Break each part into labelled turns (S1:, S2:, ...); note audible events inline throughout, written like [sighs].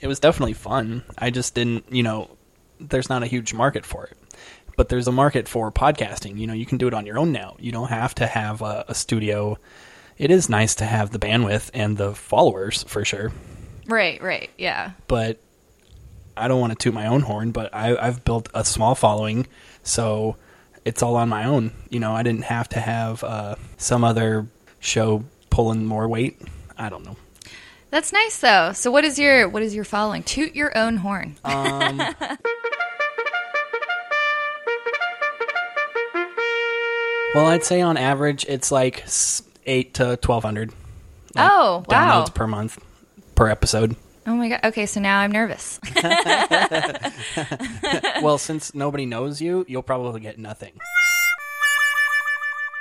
S1: it was definitely fun. I just didn't, you know, there's not a huge market for it. But there's a market for podcasting. You know, you can do it on your own now. You don't have to have a, a studio. It is nice to have the bandwidth and the followers for sure,
S2: Right, right. Yeah.
S1: but I don't want to toot my own horn, but I, I've built a small following, so it's all on my own. You know, I didn't have to have uh, some other show pulling more weight. I don't know.
S2: That's nice though. So what is your what is your following? Toot your own horn.
S1: Um, Well, I'd say on average it's like s- eight to twelve hundred.
S2: oh, wow.
S1: downloads per month per episode.
S2: Oh my god. Okay, so now I'm nervous.
S1: [laughs] well, since nobody knows you, you'll probably get nothing.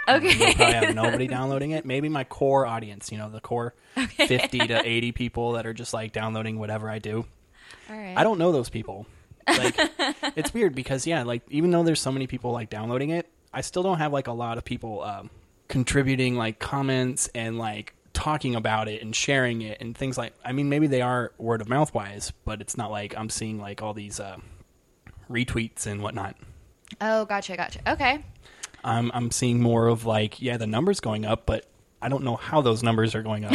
S1: You'll
S2: Okay.
S1: probably have [laughs] nobody downloading it. Maybe my core audience, you know, the core fifty to eighty people that are just like downloading whatever I do.
S2: All right.
S1: I don't know those people. Like it's weird because yeah, like even though there's so many people like downloading it, I still don't have like a lot of people um, contributing like comments and like talking about it and sharing it and things like. I mean, maybe they are word of mouth wise, but it's not like I'm seeing like all these uh, retweets and whatnot.
S2: Oh, gotcha, gotcha. Okay.
S1: I'm I'm seeing more of like yeah, the numbers going up, but I don't know how those numbers are going up.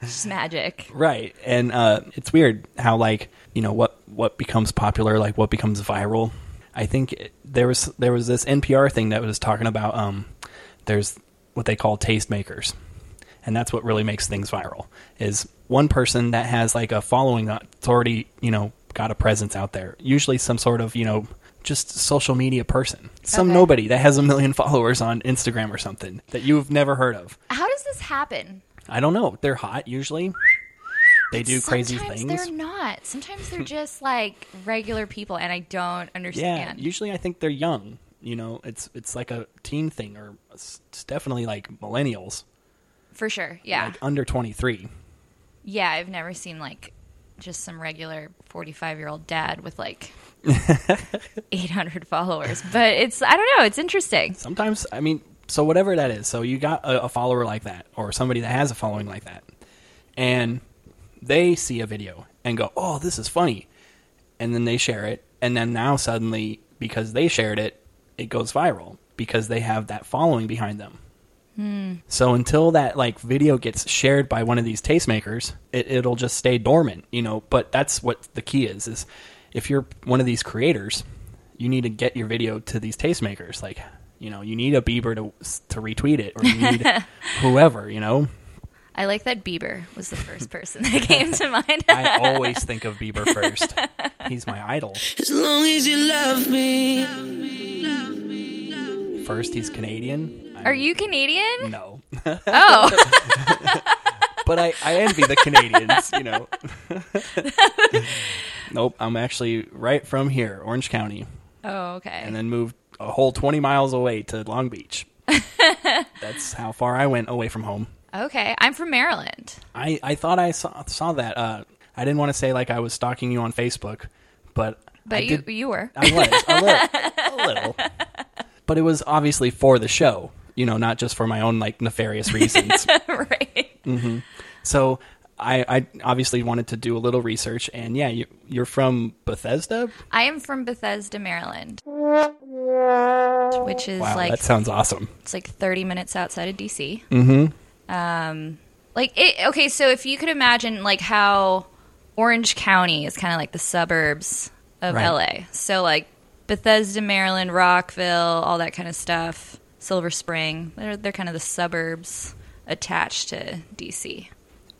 S2: It's magic.
S1: Right. And uh, it's weird how like, you know, what what becomes popular, like what becomes viral. I think it, there was there was this NPR thing that was talking about um there's what they call tastemakers. And that's what really makes things viral is one person that has like a following that's already, you know, got a presence out there. Usually some sort of, you know, just social media person. Some
S2: Okay.
S1: nobody that has a million [laughs] followers on Instagram or something that you've never heard of.
S2: How does this happen?
S1: I don't know. They're hot usually. They do crazy
S2: Sometimes
S1: things.
S2: They're not. Sometimes
S1: [laughs]
S2: they're just like regular people and I don't
S1: Yeah,
S2: understand.
S1: usually I think they're young. You know, it's it's like a teen thing, or it's it's definitely like millennials,
S2: For sure. Yeah.
S1: like uh, under twenty three.
S2: yeah, I've never seen like just some regular 45-year-old dad with
S1: [laughs]
S2: like 800 followers. But it's I don't know, it's interesting.
S1: Sometimes, I mean, so whatever that is, so you got a, a follower like that, or somebody that has a following like that, and they see a video and go, "Oh, this is funny," and then they share it, and then now suddenly because they shared it, it goes viral because they have that following behind them. So until that like video gets shared by one of these tastemakers, it, it'll just stay dormant, you know. But that's what the key is: is if you're one of these creators, you need to get your video to these tastemakers. Like, you know, you need a Bieber to to retweet it, or you need whoever, you know.
S2: I like that Bieber was the first person that [laughs] came to mind.
S1: [laughs] I always think of Bieber first. He's my idol.
S3: As long as you love me.
S1: First, he's Canadian.
S2: [laughs] Are you Canadian?
S1: No, [laughs]
S2: Oh,
S1: but I I envy the Canadians, you know.
S2: [laughs]
S1: nope, I'm actually right from here, Orange County.
S2: oh, okay.
S1: and then moved a whole 20 miles away to Long
S2: [laughs]
S1: Beach. That's how far I went away from home.
S2: Okay, I'm from Maryland.
S1: I, I thought I saw saw that. Uh, I didn't want to say like I was stalking you on Facebook, but I
S2: But you
S1: did-
S2: you were.
S1: I was a little, a little, but it was obviously for the show, you know, not just for my own like nefarious reasons.
S2: [laughs] right.
S1: so I, I obviously wanted to do a little research, and yeah, you, you're from Bethesda,
S2: I am from Bethesda, Maryland. Which is
S1: Wow,
S2: like
S1: that sounds awesome.
S2: it's like 30 minutes outside of DC. Mm-hmm. Um like it okay, so if you could imagine like how Orange County is kind of like the suburbs of
S1: Right.
S2: LA. So like Bethesda, Maryland, Rockville, all that kind of stuff, Silver Spring. They're they're kind of the suburbs attached to DC.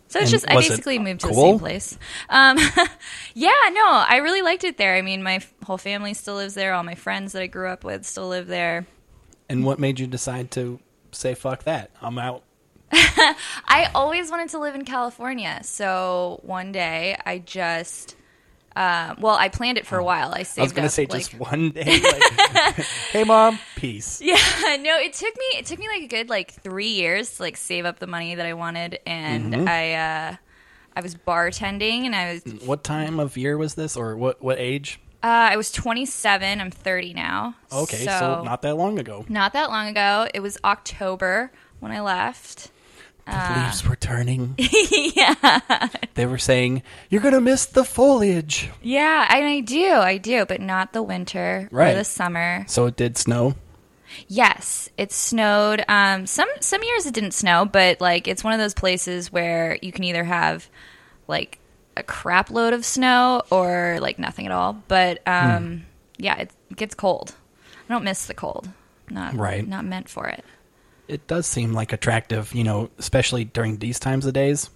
S2: So it's
S1: And
S2: just I
S1: was it
S2: basically moved to the
S1: cool?
S2: same place. Um, [laughs] yeah, no, I really liked it there. I mean, my f- whole family still lives there. All my friends that I grew up with still live there.
S1: And what made you decide to say fuck that? I'm out.
S2: I always wanted to live in California. So one day I just, uh, well, I planned it for a while. I saved
S1: Oh. I was gonna
S2: up,
S1: say
S2: like- [laughs]
S1: just one day. Like, hey, mom, peace.
S2: Yeah, no, it took me it took me like a good like three years to like save up the money that I wanted, and
S1: Mm-hmm.
S2: I uh, I was bartending, and I was uh,
S1: What time of year was this, or what? What age?
S2: I was 27. I'm 30 now.
S1: Okay, so, not that long ago.
S2: not that long ago. It was October when I left.
S1: The leaves were
S2: [laughs]
S1: turning. yeah. They were saying, You're going to miss the foliage.
S2: Yeah, and I do, I do, but not the winter
S1: Right.
S2: or the summer.
S1: So it did snow.
S2: Yes, it snowed. Um, some some years it didn't snow, but like it's one of those places where you can either have like a crap load of snow or like nothing at all. But um, yeah, it gets cold. I don't miss the cold. Not
S1: Right.
S2: Not meant for it.
S1: It does seem like attractive, you know, especially during these times of days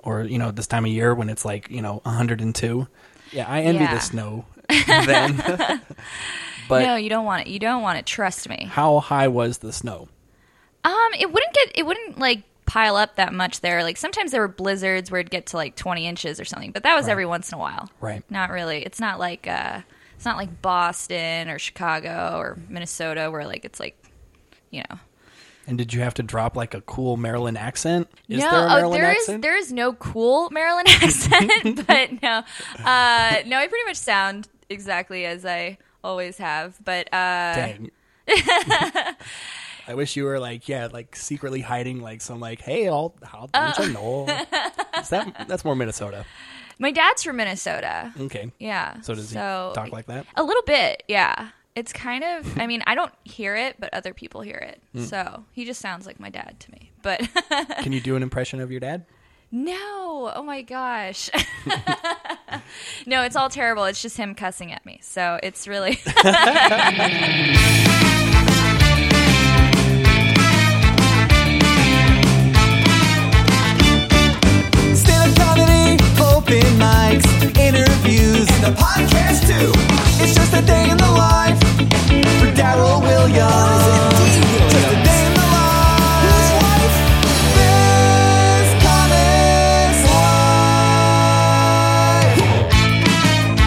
S1: or, you know, this time of year when it's like, you know, 102. Yeah, I envy
S2: Yeah.
S1: the
S2: [laughs]
S1: snow then. but
S2: no, you don't want it. You don't want it. Trust me.
S1: how high was the snow?
S2: Um, it wouldn't get. It wouldn't like pile up that much there. Like sometimes there were blizzards where it'd get to like twenty inches or something, but that was every once in a while.
S1: Right.
S2: Not really. It's not like uh, it's not like Boston or Chicago or Minnesota where like it's like, you know.
S1: And did you have to drop like a cool Maryland accent? Is
S2: no,
S1: there a Maryland
S2: oh, there is-
S1: accent?
S2: there is no cool Maryland [laughs]
S1: [laughs]
S2: accent, but no, uh, no, I pretty much sound exactly as I always have, but uh, [laughs]
S1: Dang. I wish you were like, yeah, like secretly hiding like some like, hey, I'll, I'll
S2: Oh.
S1: don't you
S2: [laughs]
S1: know? Is that that's more Minnesota.
S2: my dad's from Minnesota.
S1: Okay.
S2: Yeah.
S1: Mm. So does he talk like
S2: [laughs]
S1: that?
S2: A little bit, yeah. It's
S1: [laughs]
S2: kind of, I mean, I don't hear it, but other people hear it.
S1: Mm.
S2: So he just sounds like my dad to me. But [laughs]
S1: Can you do an impression of your dad?
S2: no, oh my gosh. [laughs] no, it's all terrible. It's just him cussing at me. So it's really, [laughs]
S4: Stand-up comedy, open mics, interviews,
S5: and the podcast too.
S4: It's just a day in the life for Daryl Williams. Just a day in the life. This comic's life.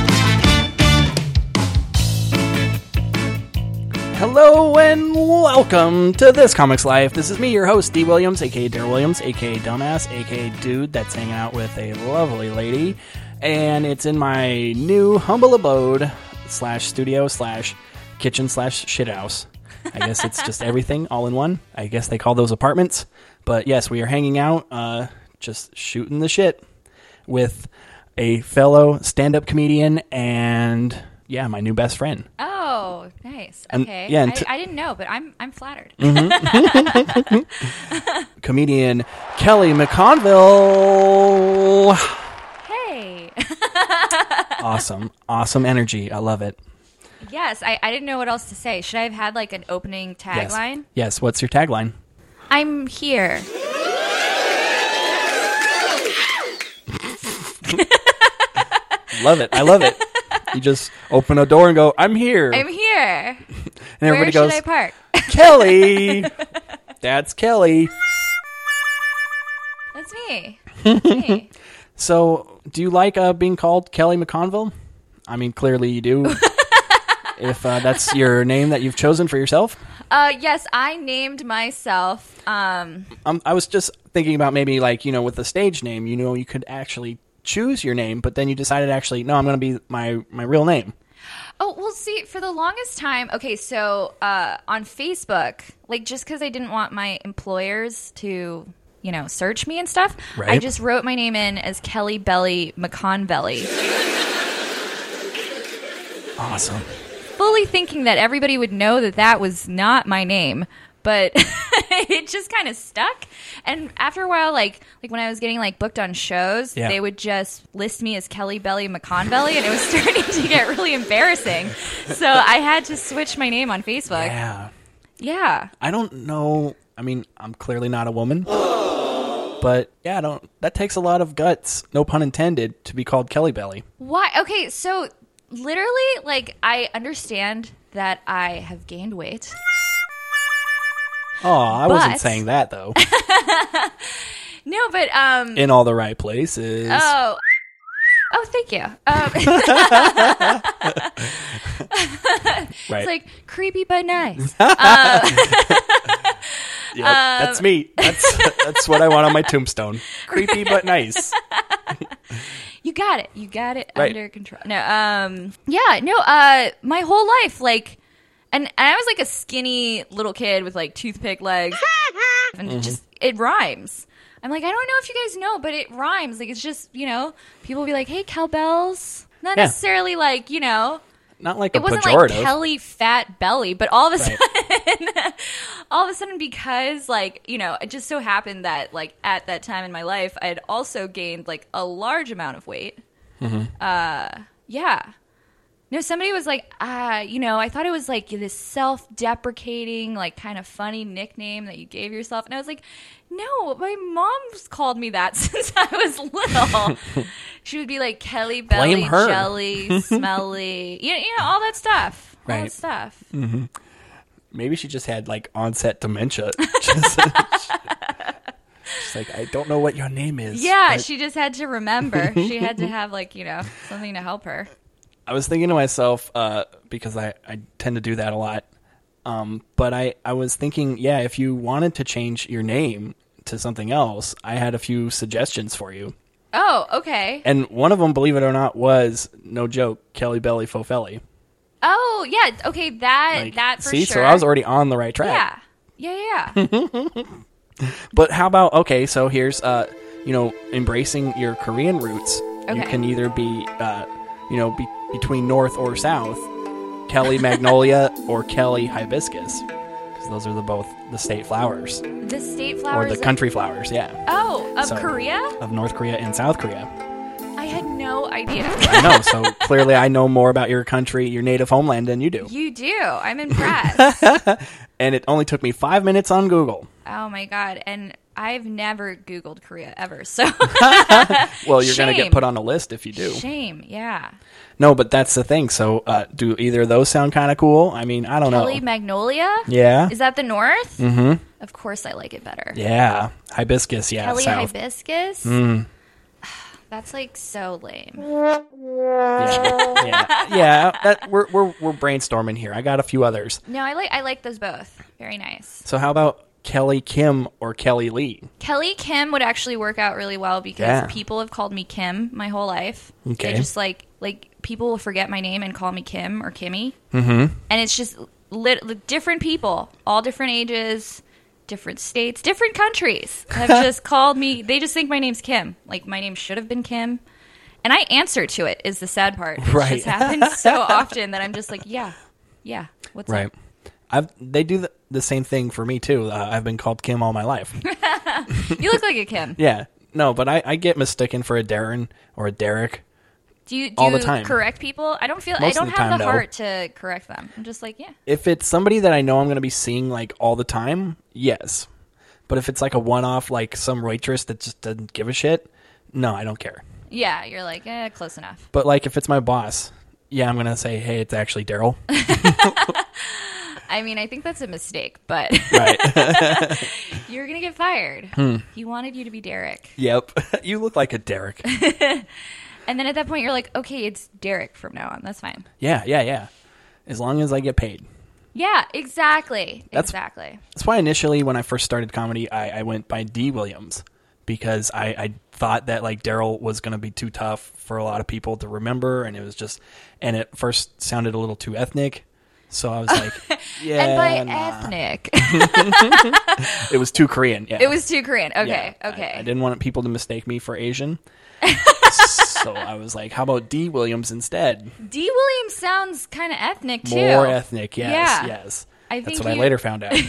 S1: Hello and welcome to This Comics Life. This is me, your host, D. Williams, aka Dare Williams, aka Dumbass, aka Dude that's hanging out with a lovely lady. And it's in my new humble abode slash studio slash kitchen slash shit house. I guess it's just everything all in one. I guess they call those apartments. But yes, we are hanging out, uh, just shooting the shit with a fellow stand up comedian and, yeah, my new best friend.
S2: oh, nice.
S1: And-
S2: Okay.
S1: yeah,
S2: yeah,
S1: and t- Mm.
S2: I, I didn't know, but I'm, I'm flattered.
S1: comedian Kelly McConville.
S2: Hey. [laughs]
S1: Awesome. [laughs] Awesome energy. I love it.
S2: yes, I, I didn't know what else to say. Should I have had like an opening
S1: Yes.
S2: tagline?
S1: Yes. What's your tagline?
S2: I'm here.
S1: Love it. I love it. you
S2: [laughs]
S1: just open a door and go, I'm here.
S2: I'm here.
S1: and
S2: Where
S1: everybody
S2: should
S1: goes,
S2: I park? [laughs]
S1: Kelly. That's Kelly.
S2: That's me. That's me.
S1: So, do you like uh, being called Kelly McConville? I mean, clearly you
S2: [laughs]
S1: do. if uh, that's your name that you've chosen for yourself.
S2: Uh, yes, I named myself. Um,
S1: um, I was just thinking about maybe like you know with the stage name, you know, you could actually choose your name, but then you decided actually no, I'm going to be my my real name.
S2: oh, well, see, for the longest time, okay, so uh, on Facebook, like just because I didn't want my employers to, you know, search me and stuff, I
S1: Right.
S2: just wrote my name in as Kelly Belly McConbelly,
S1: Awesome.
S2: fully thinking that everybody would know that that was not my name. But [laughs] it just kind of stuck, and after a while, like like when I was getting like booked on shows,
S1: Yeah.
S2: they would just list me as Kelly Belly McConbelly, and it was [laughs] starting to get really embarrassing. So I had to switch my name on Facebook.
S1: Yeah,
S2: Yeah.
S1: I don't know. I mean, I'm clearly not a woman, but yeah, I don't. That takes a lot of guts, no pun intended, to be called Kelly Belly.
S2: Why? Okay, so literally, like, I understand that I have gained weight.
S1: Oh, I wasn't
S2: But-
S1: saying that though.
S2: No, but um.
S1: In all the right places.
S2: oh. Oh, thank you. Um,
S1: right.
S2: it's like creepy but nice.
S1: Yep,
S2: uh,
S1: that's me. That's that's [laughs] what I want on my tombstone. Creepy but nice.
S2: You got it. You got it
S1: Right.
S2: under control. No, um, yeah, no. Uh, my whole life, like, and, and I was [laughs]
S1: Mm-hmm.
S2: like a skinny little kid with like toothpick legs, and it just it rhymes. I'm like, I don't know if you guys know, but it rhymes. Like it's just you know, people be like, hey, cowbells. Not
S1: Yeah.
S2: necessarily like you know.
S1: Not like
S2: It
S1: a
S2: wasn't
S1: pejorative.
S2: like Kelly fat belly, but all of a
S1: Right.
S2: sudden, [laughs] all of a sudden, because like you know, it just so happened that like at that time in my life, I had also gained like a large amount of weight. Uh,
S1: Mm-hmm.
S2: yeah. No, somebody was like, uh, you know, I thought it was like this self-deprecating, like kind of funny nickname that you gave yourself, and I was like, no, my mom's called me that [laughs] since I was
S1: [laughs]
S2: little. she would be like Kelly Belly
S1: Blame her. [laughs]
S2: Jelly Smelly, you know, you know, all that stuff, all
S1: Right. Mm,
S2: that stuff.
S1: Maybe she just had like onset dementia. [laughs] Just, she's like, I don't know what your name is.
S2: Yeah,
S1: but
S2: she just had to remember. she
S1: [laughs]
S2: had to have like you know something to help her.
S1: I was thinking to myself uh, because I, I tend to do that a lot. Um, but I, I was thinking, yeah, if you wanted to change your name to something else, I had a few suggestions for you.
S2: Oh, okay.
S1: And one of them, believe it or not, was no joke, Kelly Belly Fofelli.
S2: Oh, yeah. Okay, that
S1: Like,
S2: that for
S1: see,
S2: sure.
S1: so I was already on the right track.
S2: yeah, yeah,
S1: [laughs]
S2: yeah. yeah.
S1: But how about okay? So here's uh, you know, embracing your Korean roots. You
S2: Okay.
S1: can either be uh, you know, be- between North or South, Kelly
S2: [laughs]
S1: Magnolia or Kelly Hibiscus, because those are the both the state flowers
S2: the state
S1: or
S2: flowers.
S1: the country flowers. Yeah,
S2: Oh, of
S1: So-
S2: Korea?
S1: of North Korea and South Korea.
S2: I had no idea.
S1: I know. So
S2: [laughs]
S1: clearly, I know more about your country, your native homeland, than you do.
S2: you do. I'm
S1: [laughs]
S2: impressed.
S1: And it only took me five minutes on Google.
S2: oh my god. And I've never Googled Korea ever. [laughs] So
S1: Well, you're going to get
S2: Shame.
S1: put on a list if you do.
S2: shame. Yeah.
S1: No, but that's the thing. So, uh, do either of those sound kind of cool? I mean, I don't know.
S2: Kelly Magnolia?
S1: Yeah.
S2: Is that the north? Mm-hmm. Of course I like it better.
S1: Yeah, hibiscus. Yeah,
S2: Kelly
S1: south.
S2: Hibiscus? [sighs] That's like so lame.
S1: yeah, yeah, yeah. That, we're we're we're brainstorming here. I got a few others.
S2: No, I like I like those both. Very nice.
S1: So how about Kelly Kim or Kelly Lee?
S2: Kelly Kim would actually work out really well because
S1: Yeah.
S2: people have called me Kim my whole life.
S1: Okay.
S2: They just like like people will forget my name and call me Kim or Kimmy.
S1: Mm-hmm.
S2: And it's just lit- li- different people, all different ages, different states, different countries
S1: [laughs]
S2: have just called me. They just think my name's Kim. Like my name should have been Kim. And I answer to it is the sad part. It
S1: Right.
S2: just
S1: [laughs]
S2: happens so often that I'm just like, yeah, yeah. What's up?
S1: I've they do the, the same thing for me too. Uh, I've been called Kim all my life.
S2: You look like a Kim.
S1: yeah. No, but I, I get mistaken for a Darren or a Derek.
S2: Do you do
S1: All the
S2: you
S1: time.
S2: correct people? I don't feel
S1: Most
S2: I don't
S1: of
S2: have
S1: the time,
S2: the
S1: no.
S2: heart to correct them. I'm just like, yeah.
S1: If it's somebody that I know I'm going to be seeing like all the time, yes. But if it's like a one off, like some waitress that just doesn't give a shit, no, I don't care.
S2: Yeah, you're like, eh, close enough.
S1: But like if it's my boss, yeah, I'm gonna say, hey, it's actually Daryl.
S2: I mean, I think that's a mistake, but [laughs]
S1: right.
S2: you're going to get fired.
S1: Hmm.
S2: He wanted you to be Derek.
S1: yep. [laughs] you look like a Derek.
S2: And then at that point you're like, okay, it's Derek from now on. That's fine.
S1: Yeah, yeah, yeah. As long as I get paid.
S2: Yeah, exactly.
S1: That's-
S2: exactly.
S1: That's why initially when I first started comedy, I, I went by D Williams because I, I thought that like Daryl was gonna be too tough for a lot of people to remember, and it was just and it first sounded a little too ethnic. So I was like, yeah,
S2: [laughs] and by
S1: nah.
S2: ethnic, [laughs]
S1: it was too Korean. Yeah,
S2: it was too Korean. Okay,
S1: Yeah, I-
S2: okay.
S1: I, didn't want people to mistake me for
S2: [laughs]
S1: Asian. so I was like, how about D Williams instead?
S2: D. Williams sounds kind of ethnic too.
S1: More ethnic, yes,
S2: Yeah.
S1: yes.
S2: I
S1: That's
S2: think
S1: what I
S2: [laughs] you-
S1: later found [laughs] out. Went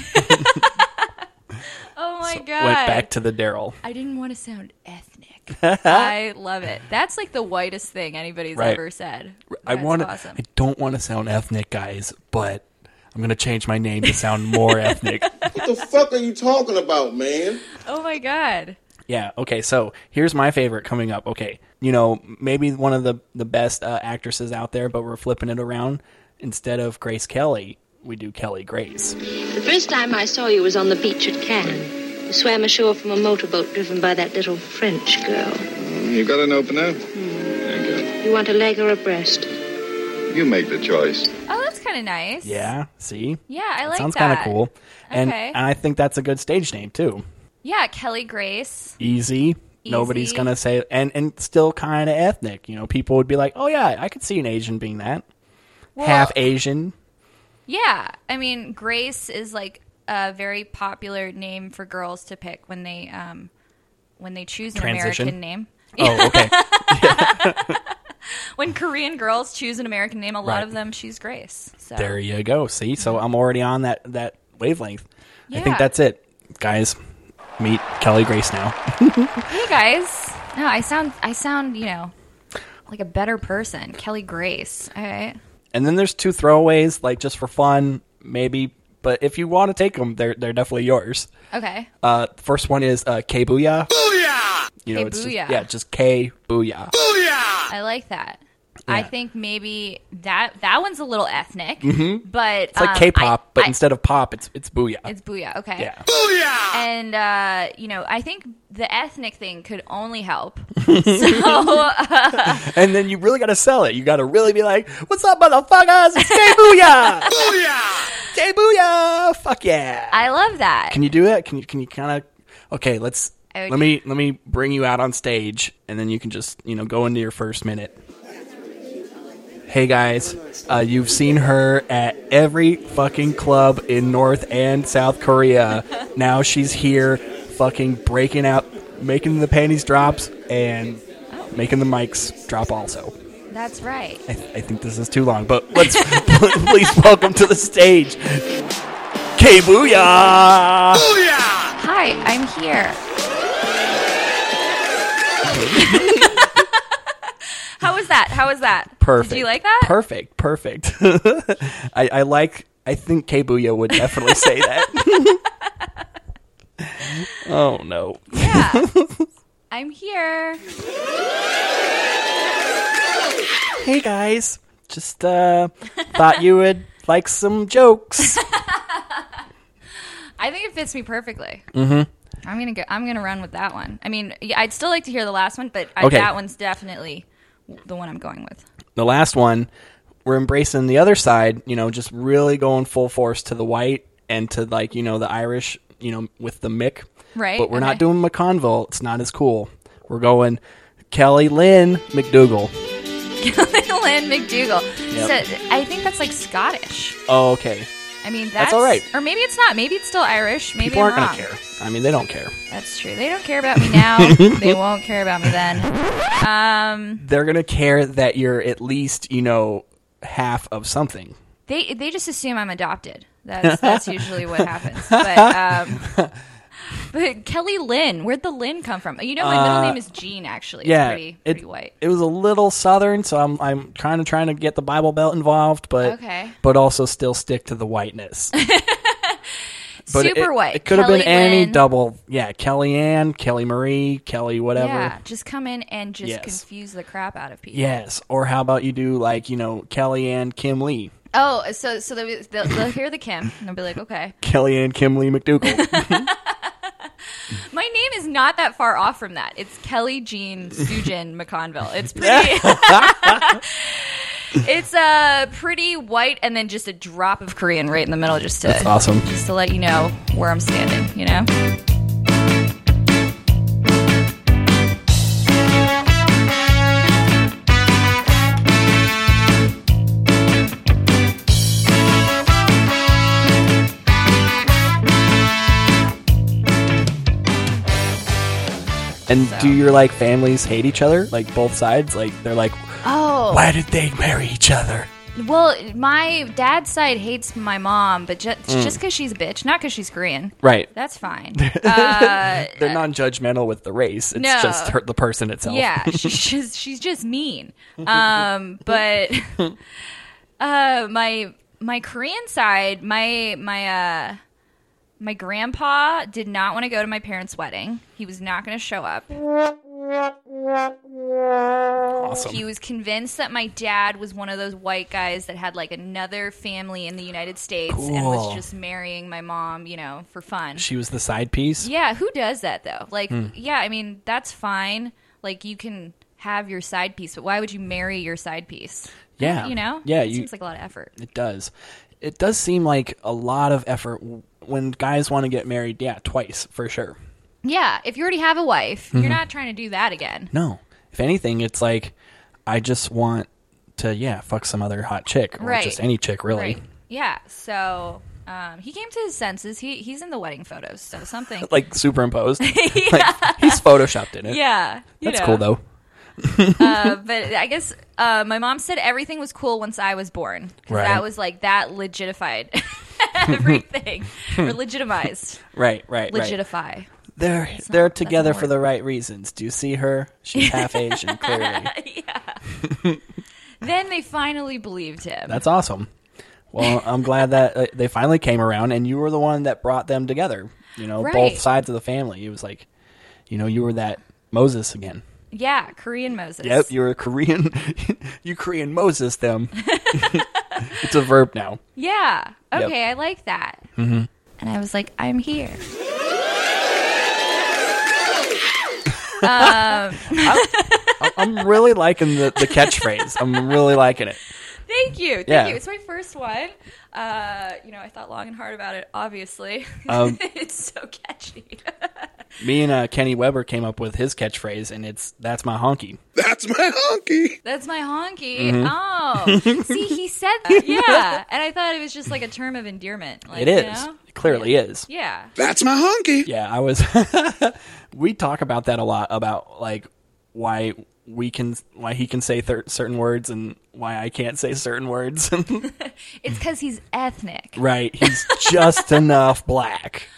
S2: Oh my god!
S1: back to the Daryl.
S2: I didn't want to sound
S1: [laughs]
S2: ethnic. I love it. That's like the whitest thing anybody's
S1: Right.
S2: ever said.
S1: I
S2: That's
S1: want to. [laughs]
S2: awesome.
S1: I don't want to sound ethnic, guys, but I'm gonna change my name to sound
S2: [laughs]
S1: more ethnic.
S5: What the fuck are you talking about, man?
S2: Oh my god.
S1: Yeah. Okay. So here's my favorite coming up. Okay. You know, maybe one of the the best uh, actresses out there, but we're flipping it around. Instead of Grace Kelly, we do Kelly Grace.
S6: The first time I saw you was on the beach at Cannes. You swam ashore from a motorboat driven by that little French girl.
S7: You got an opener? Thank
S6: You want a leg or a breast?
S7: you. You make the choice.
S2: Oh, that's kind of nice.
S1: Yeah. See.
S2: Yeah, I
S1: That
S2: like
S1: sounds
S2: that.
S1: kind of cool. And,
S2: Okay.
S1: and I think that's a good stage name too.
S2: Yeah, Kelly Grace.
S1: Easy. Nobody's
S2: Easy.
S1: gonna say and and still kind of ethnic. You know, people would be like, "Oh yeah, I could see an Asian being that." Half
S2: [laughs]
S1: Asian.
S2: Yeah, I mean Grace is like a very popular name for girls to pick when they um when they choose an
S1: Transition.
S2: American name.
S1: Oh, okay.
S2: When Korean girls choose an American name, a lot
S1: Right.
S2: of them choose Grace. So
S1: there you go. See, so I'm already on that that wavelength. I
S2: Yeah.
S1: think that's it, guys. Meet Kelly Grace now.
S2: Hey guys. No, I sound I sound, you know, like a better person. Kelly Grace. All right.
S1: And then there's two throwaways, like just for fun, maybe. But if you want to take them, they're they're definitely yours.
S2: Okay.
S1: Uh, first one is uh, K Booyah. Booyah! You know,
S2: K
S1: it's just,
S2: Booyah.
S1: yeah, just K Booyah.
S2: I like that. I
S1: Yeah.
S2: think maybe that that one's a little ethnic, but
S1: Mm-hmm. It's like K-pop, but instead of pop, it's it's Booyah.
S2: Um, it's booyah. Okay,
S1: yeah,
S2: and uh, you know, I think the ethnic thing could
S1: [laughs]
S2: only help. [laughs] so
S1: and then you really got to sell it. You got to really be like, "What's up, motherfuckers? It's K Booyah,
S2: [laughs]
S1: Booyah, K Booyah, fuck yeah!"
S2: I love that.
S1: Can you do that? Can you can you kind of okay? Let's
S2: I would-
S1: let me let me bring you out on stage, and then you can just you know go into your first minute. Hey guys, uh, you've seen her at every fucking club in North and South Korea. now she's here, fucking breaking out, making the panties drops, and
S2: Oh.
S1: making the mics drop. Also,
S2: That's right.
S1: I, I think this is too long, but let's [laughs] please welcome to the stage, K Booyah!
S2: Hi, I'm here. [laughs] How was that? How was that?
S1: Perfect.
S2: Did you like that?
S1: Perfect. Perfect. [laughs] I, I like. I think Kabuya would definitely say that. [laughs] oh no!
S2: yeah. I'm here.
S1: Hey guys, just uh, thought you would like some jokes.
S2: I think it fits me perfectly. Mm-hmm. I'm gonna go. I'm gonna run with that one. I mean, yeah, I'd still like to hear the last one, but I,
S1: Okay.
S2: that one's definitely the one I'm going with. [laughs]
S1: the last one, we're embracing the other side. You know, just really going full force to the white and to like you know the Irish. You know, with the Mick.
S2: Right,
S1: But we're
S2: okay.
S1: not doing McConville. It's not as cool. We're going Kelly Lynn McDougal.
S2: Lynn McDougal.
S1: Yep.
S2: So I think that's like Scottish.
S1: Oh, okay.
S2: I mean, that's,
S1: all right.
S2: Or maybe it's not. Maybe it's still Irish. Maybe
S1: People
S2: I'm
S1: aren't
S2: wrong.
S1: going to care. I mean, they don't care.
S2: That's true. They don't care about
S1: [laughs]
S2: me now. they won't care about me then.
S1: They're going to care that you're at least, you know, half of something.
S2: They they just assume I'm adopted.
S1: [laughs]
S2: That's that's usually what happens. But um, but Kelly Lynn, where'd the Lynn come from? You know, my middle name is Jean. Actually,
S1: Uh,
S2: it's
S1: yeah.
S2: pretty
S1: it,
S2: pretty white.
S1: It was a little southern, so I'm I'm kind of trying to get the Bible Belt involved, but
S2: Okay.
S1: but also still stick to the
S2: [laughs]
S1: whiteness. But it-
S2: Super
S1: it,
S2: white.
S1: It could have been
S2: Kelly
S1: any
S2: Lynn.
S1: double. Yeah, Kellyanne, Kelly Marie, Kelly whatever.
S2: Yeah, just come in and just
S1: Yes.
S2: confuse the crap out of people.
S1: Yes, or how about you do like you know Kellyanne Kim Lee,
S2: Oh, so so they'll, they'll, they'll hear the Kim and they'll be like, okay,
S1: Kellyanne Kim Lee
S2: [laughs]
S1: McDougal.
S2: my name is not that far off from that. It's Kelly Jean Sujin McConville.
S1: [laughs]
S2: It's pretty. [laughs] it's uh, pretty white, and then just a drop of Korean right in the middle, just to
S1: awesome.
S2: just to let you know where I'm standing. You know.
S1: And do your like families hate each other? Like both sides? Like they're like,
S2: Oh.
S1: why did they marry each other?
S2: Well, my dad's side hates my mom, but ju- just because she's a bitch, not because she's Korean.
S1: Right.
S2: That's fine. Uh,
S1: They're non-judgmental with the race. It's
S2: No.
S1: just her, the person itself.
S2: yeah,
S1: [laughs]
S2: she's just she's just mean. Um, but [laughs] uh, my my Korean side, my my uh, my grandpa did not want to go to my parents' wedding. He was not going to show up.
S1: awesome.
S2: He was convinced that my dad was one of those white guys that had like another family in the United States and was
S1: Cool.
S2: just marrying my mom, you know, for fun.
S1: she was the side piece.
S2: Yeah, who does that though? Like,
S1: Hmm.
S2: yeah, I mean, that's fine. Like, you can have your side piece, but why would you marry your side piece?
S1: Yeah.
S2: You know?
S1: Yeah,
S2: It
S1: you-
S2: seems like a lot of effort.
S1: It does. It does seem like a lot of effort w- when guys want to get married. Yeah, twice for sure.
S2: Yeah, if you already have a wife, you're
S1: Mm-hmm.
S2: not trying to do that again.
S1: No, if anything, it's like I just want to yeah fuck some other hot chick or
S2: Right.
S1: just any chick really.
S2: Right. Yeah, so Um, he came to his senses. He he's in the wedding photos, so something.
S1: [laughs] like
S2: [laughs]
S1: superimposed. like, he's photoshopped in it.
S2: yeah, you
S1: That's
S2: know.
S1: cool though.
S2: Uh, but I guess uh, my mom said everything was cool once I was born. 'Cause
S1: Right.
S2: That was like that legitified [laughs]
S1: [laughs]
S2: everything or legitimized,
S1: Right, Hmm. right, right.
S2: legitify.
S1: They're they're
S2: not- that's
S1: together
S2: not
S1: for the right reasons. Do you see her? She's half
S2: [laughs]
S1: Asian, clearly.
S2: Then they finally believed him.
S1: That's awesome. Well, I'm glad that uh, they finally came around, and you were the one that brought them together. You know,
S2: Right.
S1: both sides of the family. It was like, you know, you were that Moses again.
S2: yeah, Korean Moses.
S1: Yep, you're a Korean. [laughs] you Korean Moses them. [laughs] it's a verb now.
S2: Yeah.
S1: Yep. Mm-hmm.
S2: Okay, I like that. And I was like, I'm here.
S1: I- I'm really liking the, the catchphrase. I'm really liking it.
S2: Thank you. Thank
S1: Yeah.
S2: you. It's my first one. Uh, you know, I thought long and hard about it, obviously. [laughs]
S1: Um,
S2: it's so catchy. [laughs]
S1: Me and uh, Kenny Weber came up with his catchphrase, and it's "That's my honky."
S5: That's my honky.
S2: That's my honky.
S1: Mm-hmm. [laughs]
S2: Oh. See, he said that. Yeah. And I thought it was just like a term of endearment. Like,
S1: It is.
S2: You know?
S1: It clearly is.
S2: Yeah.
S5: That's my honky.
S1: Yeah, I was. [laughs] we talk about that a lot about like why we can, why he can say thir- certain words and why I can't say certain words. [laughs]
S2: It's because he's ethnic.
S1: right? He's just enough black.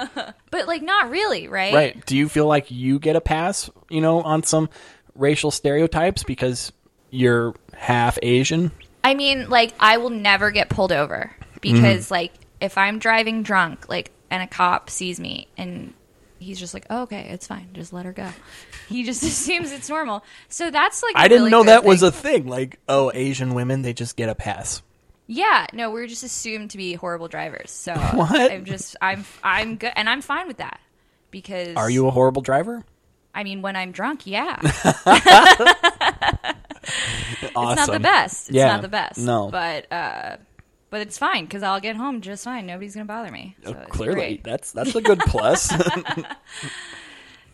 S2: But, like, not really, [laughs] right?
S1: Right? Do you feel like you get a pass? You know, on some racial stereotypes because you're half Asian.
S2: I mean, like, I will never get pulled over because,
S1: Mm-hmm.
S2: like, if I'm driving drunk, like, and a cop sees me and he's just like, oh, okay, it's fine. Just let her go. He just [laughs] assumes it's normal. So that's like, I
S1: I didn't know that was a thing. Like, oh, Asian women, they just get a pass.
S2: Yeah, no, we're just assumed to be horrible drivers.
S1: [laughs]
S2: So
S1: What?
S2: I'm just, I'm, I'm good, and I'm fine with that because
S1: Are you a horrible driver?
S2: I mean, when I'm
S1: [laughs]
S2: drunk, yeah, it's not the best. It's
S1: Yeah.
S2: not the best.
S1: No.
S2: but uh, but it's fine because I'll get home just fine. Nobody's gonna bother me. So it's
S1: Clearly,
S2: great.
S1: that's that's a good
S2: [laughs]
S1: plus.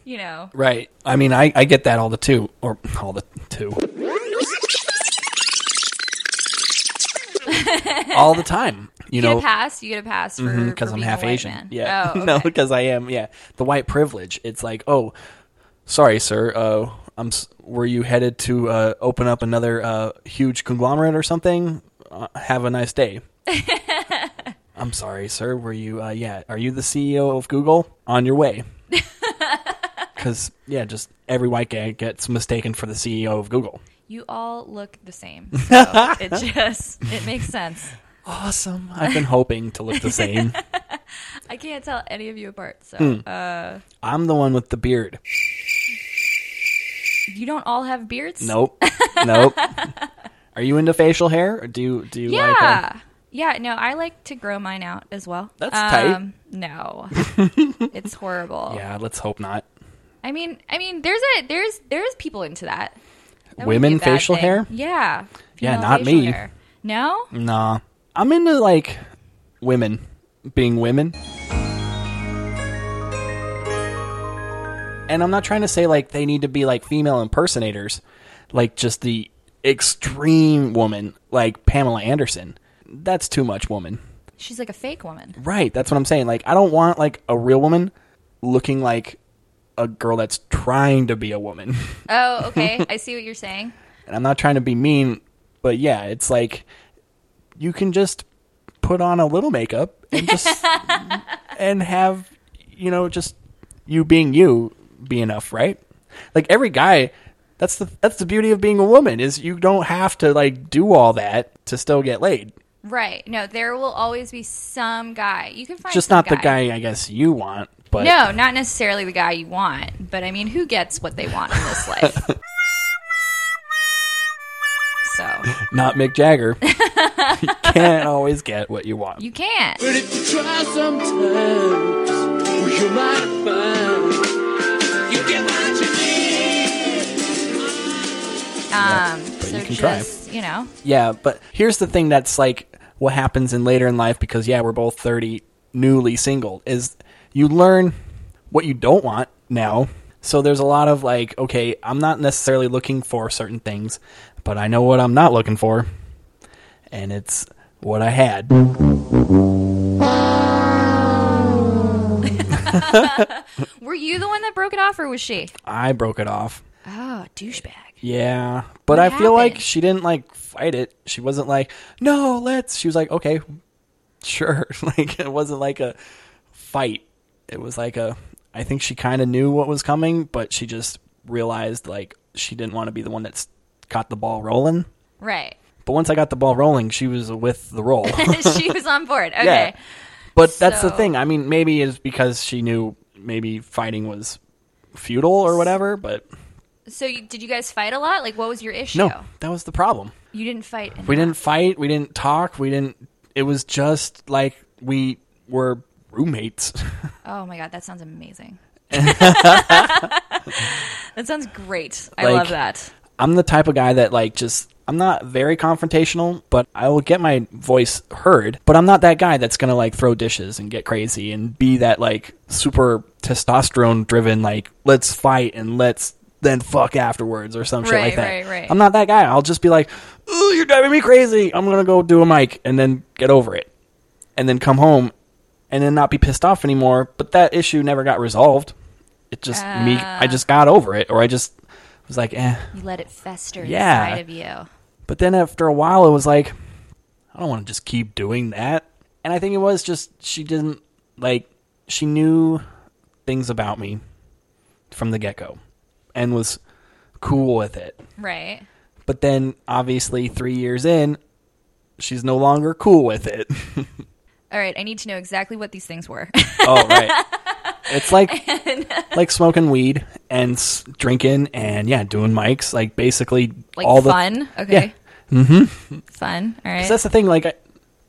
S2: you know,
S1: Right. I mean, I, I get that all the two or all the two. all the
S2: [laughs]
S1: time, you
S2: you get
S1: know,
S2: a pass. You get a pass for
S1: because
S2: for
S1: I'm
S2: being
S1: half
S2: a white
S1: Asian.
S2: man.
S1: Yeah.
S2: Oh,
S1: [laughs] no,
S2: okay.
S1: because I am. Yeah. The white privilege. It's like, "Oh, sorry, sir. Uh, I'm s- were you headed to uh, open up another uh, huge conglomerate or something? Uh, have a nice
S2: [laughs]
S1: day." I'm sorry, sir. Were you uh, yeah, are you the CEO of Google? On your
S2: [laughs]
S1: way. Cuz yeah, just every white guy gets mistaken for the CEO of Google.
S2: you all look the
S1: [laughs]
S2: same. So it just it makes sense.
S1: Awesome. I've been hoping to look the same.
S2: I can't tell any of you apart. So
S1: Hmm.
S2: uh,
S1: I'm the one with the beard.
S2: you don't all have beards.
S1: Nope. Nope. Are you into facial hair? Or do you do you like uh,
S2: Yeah. yeah, no, I like to grow mine out as well. Um,
S1: That's tight. [laughs]
S2: No. it's horrible.
S1: Yeah, let's hope not.
S2: I mean, I mean there's a there's there's people into that. That wouldn't
S1: Women
S2: be a bad
S1: facial
S2: thing.
S1: hair?
S2: Yeah.
S1: Yeah,
S2: Female
S1: not
S2: facial
S1: me. Mm.
S2: hair. No?
S1: Nah. I'm into like women being women. And I'm not trying to say like they need to be like female impersonators, like just the extreme woman like Pamela Anderson. That's too much woman.
S2: She's like a fake woman.
S1: Right, that's what I'm saying. Like I don't want like a real woman looking like a girl that's trying to be a woman. [laughs]
S2: Oh, okay. I see what you're saying.
S1: and I'm not trying to be mean, but yeah, it's like you can just put on a little makeup and
S2: [laughs]
S1: just and have you know just you being you be enough, right? Like every guy, that's the that's the beauty of being a woman is you don't have to like do all that to still get laid.
S2: Right. No, there will always be some guy. You can find
S1: Just
S2: some
S1: not the guy I guess you want, but
S2: No, not necessarily the guy you want, but I mean, who gets what they want in
S1: [laughs]
S2: this life? so
S1: not Mick Jagger. [laughs] you can't always get what you want.
S2: you can't.
S3: But if you try sometimes, you might find you get what you need.
S2: Um, so
S1: you can
S2: just you know,
S1: Yeah, but here's the thing that's like what happens in later in life because yeah, we're both 30 newly single is you learn what you don't want now. So there's a lot of like, okay, I'm not necessarily looking for certain things, but I know what I'm not looking for. And it's what I had.
S2: Were you the one that broke it off, or was she?
S1: I broke it off.
S2: Oh, douchebag.
S1: Yeah, but
S2: What
S1: I feel like
S2: happened?
S1: she didn't like fight it. She wasn't like, "No, let's." She was like, "Okay, sure." [laughs] like it wasn't like a fight. It was like a I think she kind of knew what was coming, but she just realized like she didn't want to be the one that's got the ball rolling.
S2: Right. [laughs]
S1: But once I got the ball rolling, she was with the roll.
S2: she was on board. Okay.
S1: Yeah. But that's the
S2: So-
S1: thing. I mean, maybe it's because she knew maybe fighting was futile or whatever, but
S2: So you, did you guys fight a lot? Like, what was your issue?
S1: no, that was the problem.
S2: You didn't fight. enough.
S1: We didn't fight. We didn't talk. We didn't. It was just like we were roommates. [laughs]
S2: Oh my god, that sounds amazing. [laughs] that sounds great. I
S1: Like-
S2: love that.
S1: I'm the type of guy that like just. I'm not very confrontational, but I will get my voice heard. But I'm not that guy that's gonna like throw dishes and get crazy and be that like super testosterone driven like let's fight and let's then fuck afterwards or some shit
S2: Right,
S1: like that.
S2: right, right.
S1: I'm not that guy. I'll just be like, "Ooh, you're driving me crazy. I'm gonna go do a mic and then get over it, and then come home and then not be pissed off anymore. But that issue never got resolved. It just me.
S2: Ah.
S1: I just got over it, or I just was like, eh.
S2: You let it fester
S1: Yeah.
S2: inside of you.
S1: But then after a while, it was like, I don't want to just keep doing that. And I think it was just she didn't like she knew things about me from the get go, and was cool with it.
S2: Right.
S1: But then obviously three years in, she's no longer cool with
S2: [laughs]
S1: it.
S2: All right, I need to know exactly what these things were. [laughs]
S1: Oh right. It's like like smoking weed and s- drinking and yeah, doing mics. Like basically
S2: like
S1: all the
S2: fun. okay. Mm-hmm. Fun. All right.
S1: 'Cause that's the thing. Like, I,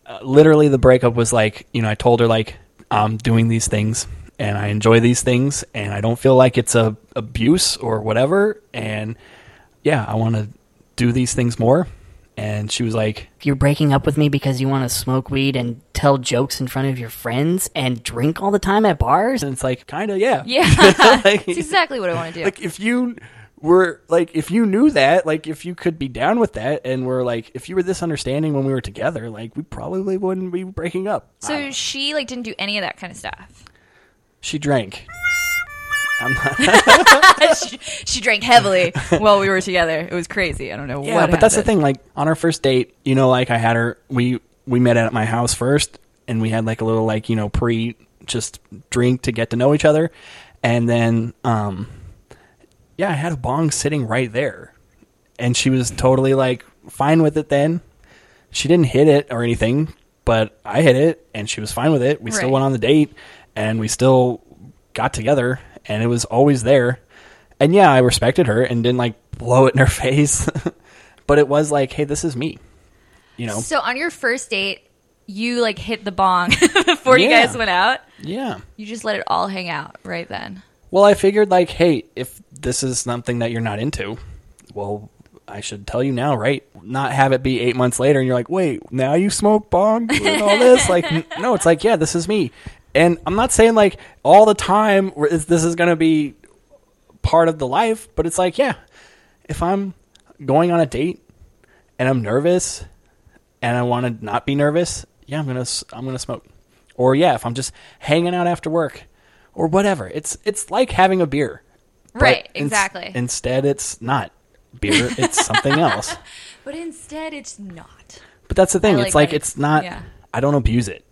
S1: uh, literally, the breakup was like, you know, I told her like, I'm doing these things and I enjoy these things and I don't feel like it's a abuse or whatever. And yeah, I want to do these things more. And she was like,
S8: You're breaking up with me because you want to smoke weed and tell jokes in front of your friends and drink all the time at bars?
S1: and it's like, kind of, yeah,
S2: yeah.
S1: [laughs] Like-
S2: That's exactly what I want to
S1: [laughs]
S2: do.
S1: like if you were like if you knew that like if you could be down with that and were like if you were this understanding when we were together like we probably wouldn't be breaking up
S2: so she like didn't do any of that kind of stuff. [laughs]
S1: she drank I'm not
S2: she, she
S1: [laughs]
S2: drank heavily while we were together. It was crazy. I don't know
S1: Yeah,
S2: what.
S1: but that's the
S2: happened.
S1: thing. Like on our first date, you know, like I had her. We we met at my house first, and we had like a little like you know pre just drink to get to know each other, and then um, yeah, I had a bong sitting right there, and she was totally like fine with it. Then she didn't hit it or anything, but I hit it, and she was fine with it. We still
S2: Right.
S1: went on the date, and we still got together, and it was always there. And yeah, I respected her and didn't like blow it in her [laughs] face. but it was like, hey, this is me. You know?
S2: So on your first date, you like hit the bong [laughs] before you
S1: Yeah.
S2: guys went out.
S1: yeah.
S2: You just let it all hang out right then.
S1: Well, I figured like, hey, if this is something that you're not into, well, I should tell you now, right? Not have it be eight months later and you're like, wait, now you smoke bong and all this? like, n- no, it's like, yeah, this is me. And I'm not saying like all the time where is- this is going to be part of the life, but it's like, yeah, if I'm going on a date and I'm nervous and I want to not be nervous, yeah, I'm gonna s- I'm gonna smoke. Or yeah, if I'm just hanging out after work or whatever, it's it's like having a beer. but
S2: Right,
S1: ins-
S2: exactly.
S1: instead, it's not beer; it's something
S2: [laughs]
S1: else.
S2: But instead, it's not.
S1: But that's the thing.
S2: I
S1: it's
S2: like
S1: like
S2: that
S1: it's
S2: it's-
S1: not.
S2: yeah.
S1: I don't abuse it.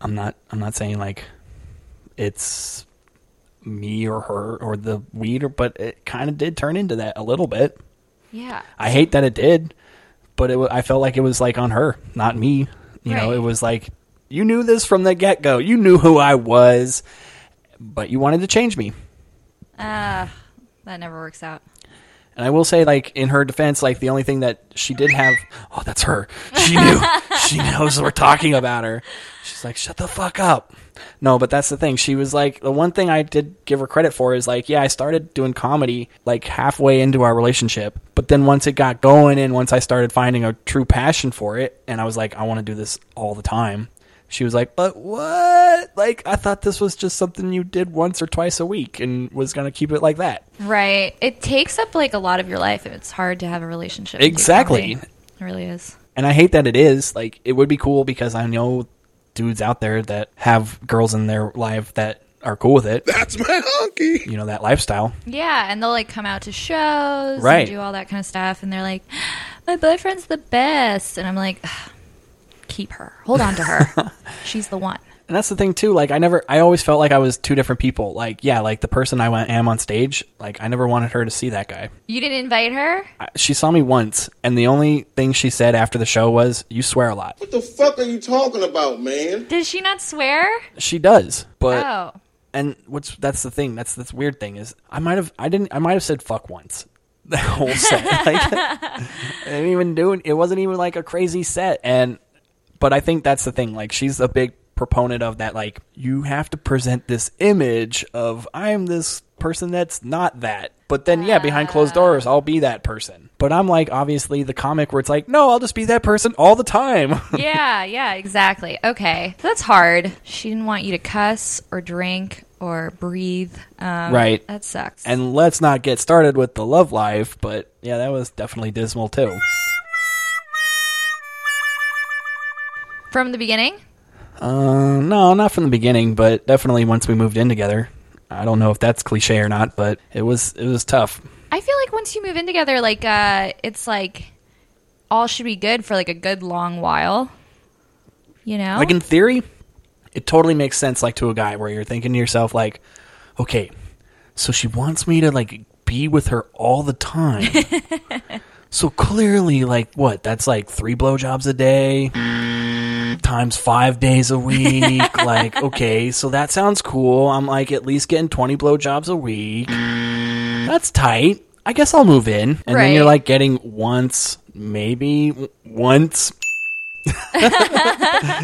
S1: I'm not. I'm not saying like it's me or her or the weed, or, but it kind of did turn into that a little bit.
S2: Yeah.
S1: I hate that it did, but it wa- I felt like it was like on her, not me. You know,
S2: Right.
S1: it was like you knew this from the get go. You knew who I was, but you wanted to change me.
S2: That never works out.
S1: And I will say, like in her defense, like the only thing that she did have, oh, that's her. She knew. she knows we're talking about her. She's like, shut the fuck up. No, but that's the thing. She was like, the one thing I did give her credit for is like, yeah, I started doing comedy like halfway into our relationship, but then once it got going and once I started finding a true passion for it, and I was like, I want to do this all the time. She was like, but what? Like, I thought this was just something you did once or twice a week and was going to keep it like that.
S2: Right. It takes up like a lot of your life. and It's hard to have a relationship. and do
S1: Exactly.
S2: comedy. It really is.
S1: And I hate that it is. Like, it would be cool because I know dudes out there that have girls in their life that are cool with it,
S5: That's my honky.
S1: you know, that lifestyle.
S2: Yeah, and they'll like come out to shows,
S1: Right.
S2: And do all that kind of stuff, and they're like, "Ah, "My boyfriend's the best," and I'm like, "Ugh, "Keep her, hold on to
S1: [laughs]
S2: her, she's the one."
S1: And that's the thing too. Like I never, I always felt like I was two different people. Like yeah, like the person I wa- am on stage. Like I never wanted her to see that guy.
S2: You didn't invite her.
S1: I, she saw me once, and the only thing she said after the show was, "You swear a lot."
S9: What the fuck are you talking about, man?
S2: Did she not swear?
S1: She does, but
S2: Oh,
S1: and what's that's the thing. That's this weird thing is I might have I didn't I might have said fuck once. [laughs] The whole set. Like, I didn't even do it. It wasn't even like a crazy set. And but I think that's the thing. Like she's a big proponent of that. Like you have to present this image of I'm this person that's not that. But then yeah, behind closed doors, I'll be that person. But I'm like obviously the comic where it's like, no, I'll just be that person all the time. [laughs]
S2: yeah, yeah, exactly. Okay, that's hard. She didn't want you to cuss or drink or breathe. Um,
S1: Right.
S2: That sucks.
S1: And let's not get started with the love life, but yeah, that was definitely dismal too.
S2: from the beginning,
S1: Uh, no, not from the beginning, but definitely once we moved in together. I don't know if that's cliche or not, but it was it was tough.
S2: I feel like once you move in together, like uh, it's like all should be good for like a good long while. You know,
S1: Like in theory, it totally makes sense like to a guy where you're thinking to yourself like, "Okay, so she wants me to like be with her all the time." so clearly like what? That's like 3 blowjobs a day. times five days a
S2: [laughs]
S1: week. like, okay, so that sounds cool. I'm like at least getting 20 blowjobs a week. That's tight. I guess I'll move in. And then you're
S2: Right.
S1: like getting once, maybe w-
S2: [laughs]
S1: once [laughs]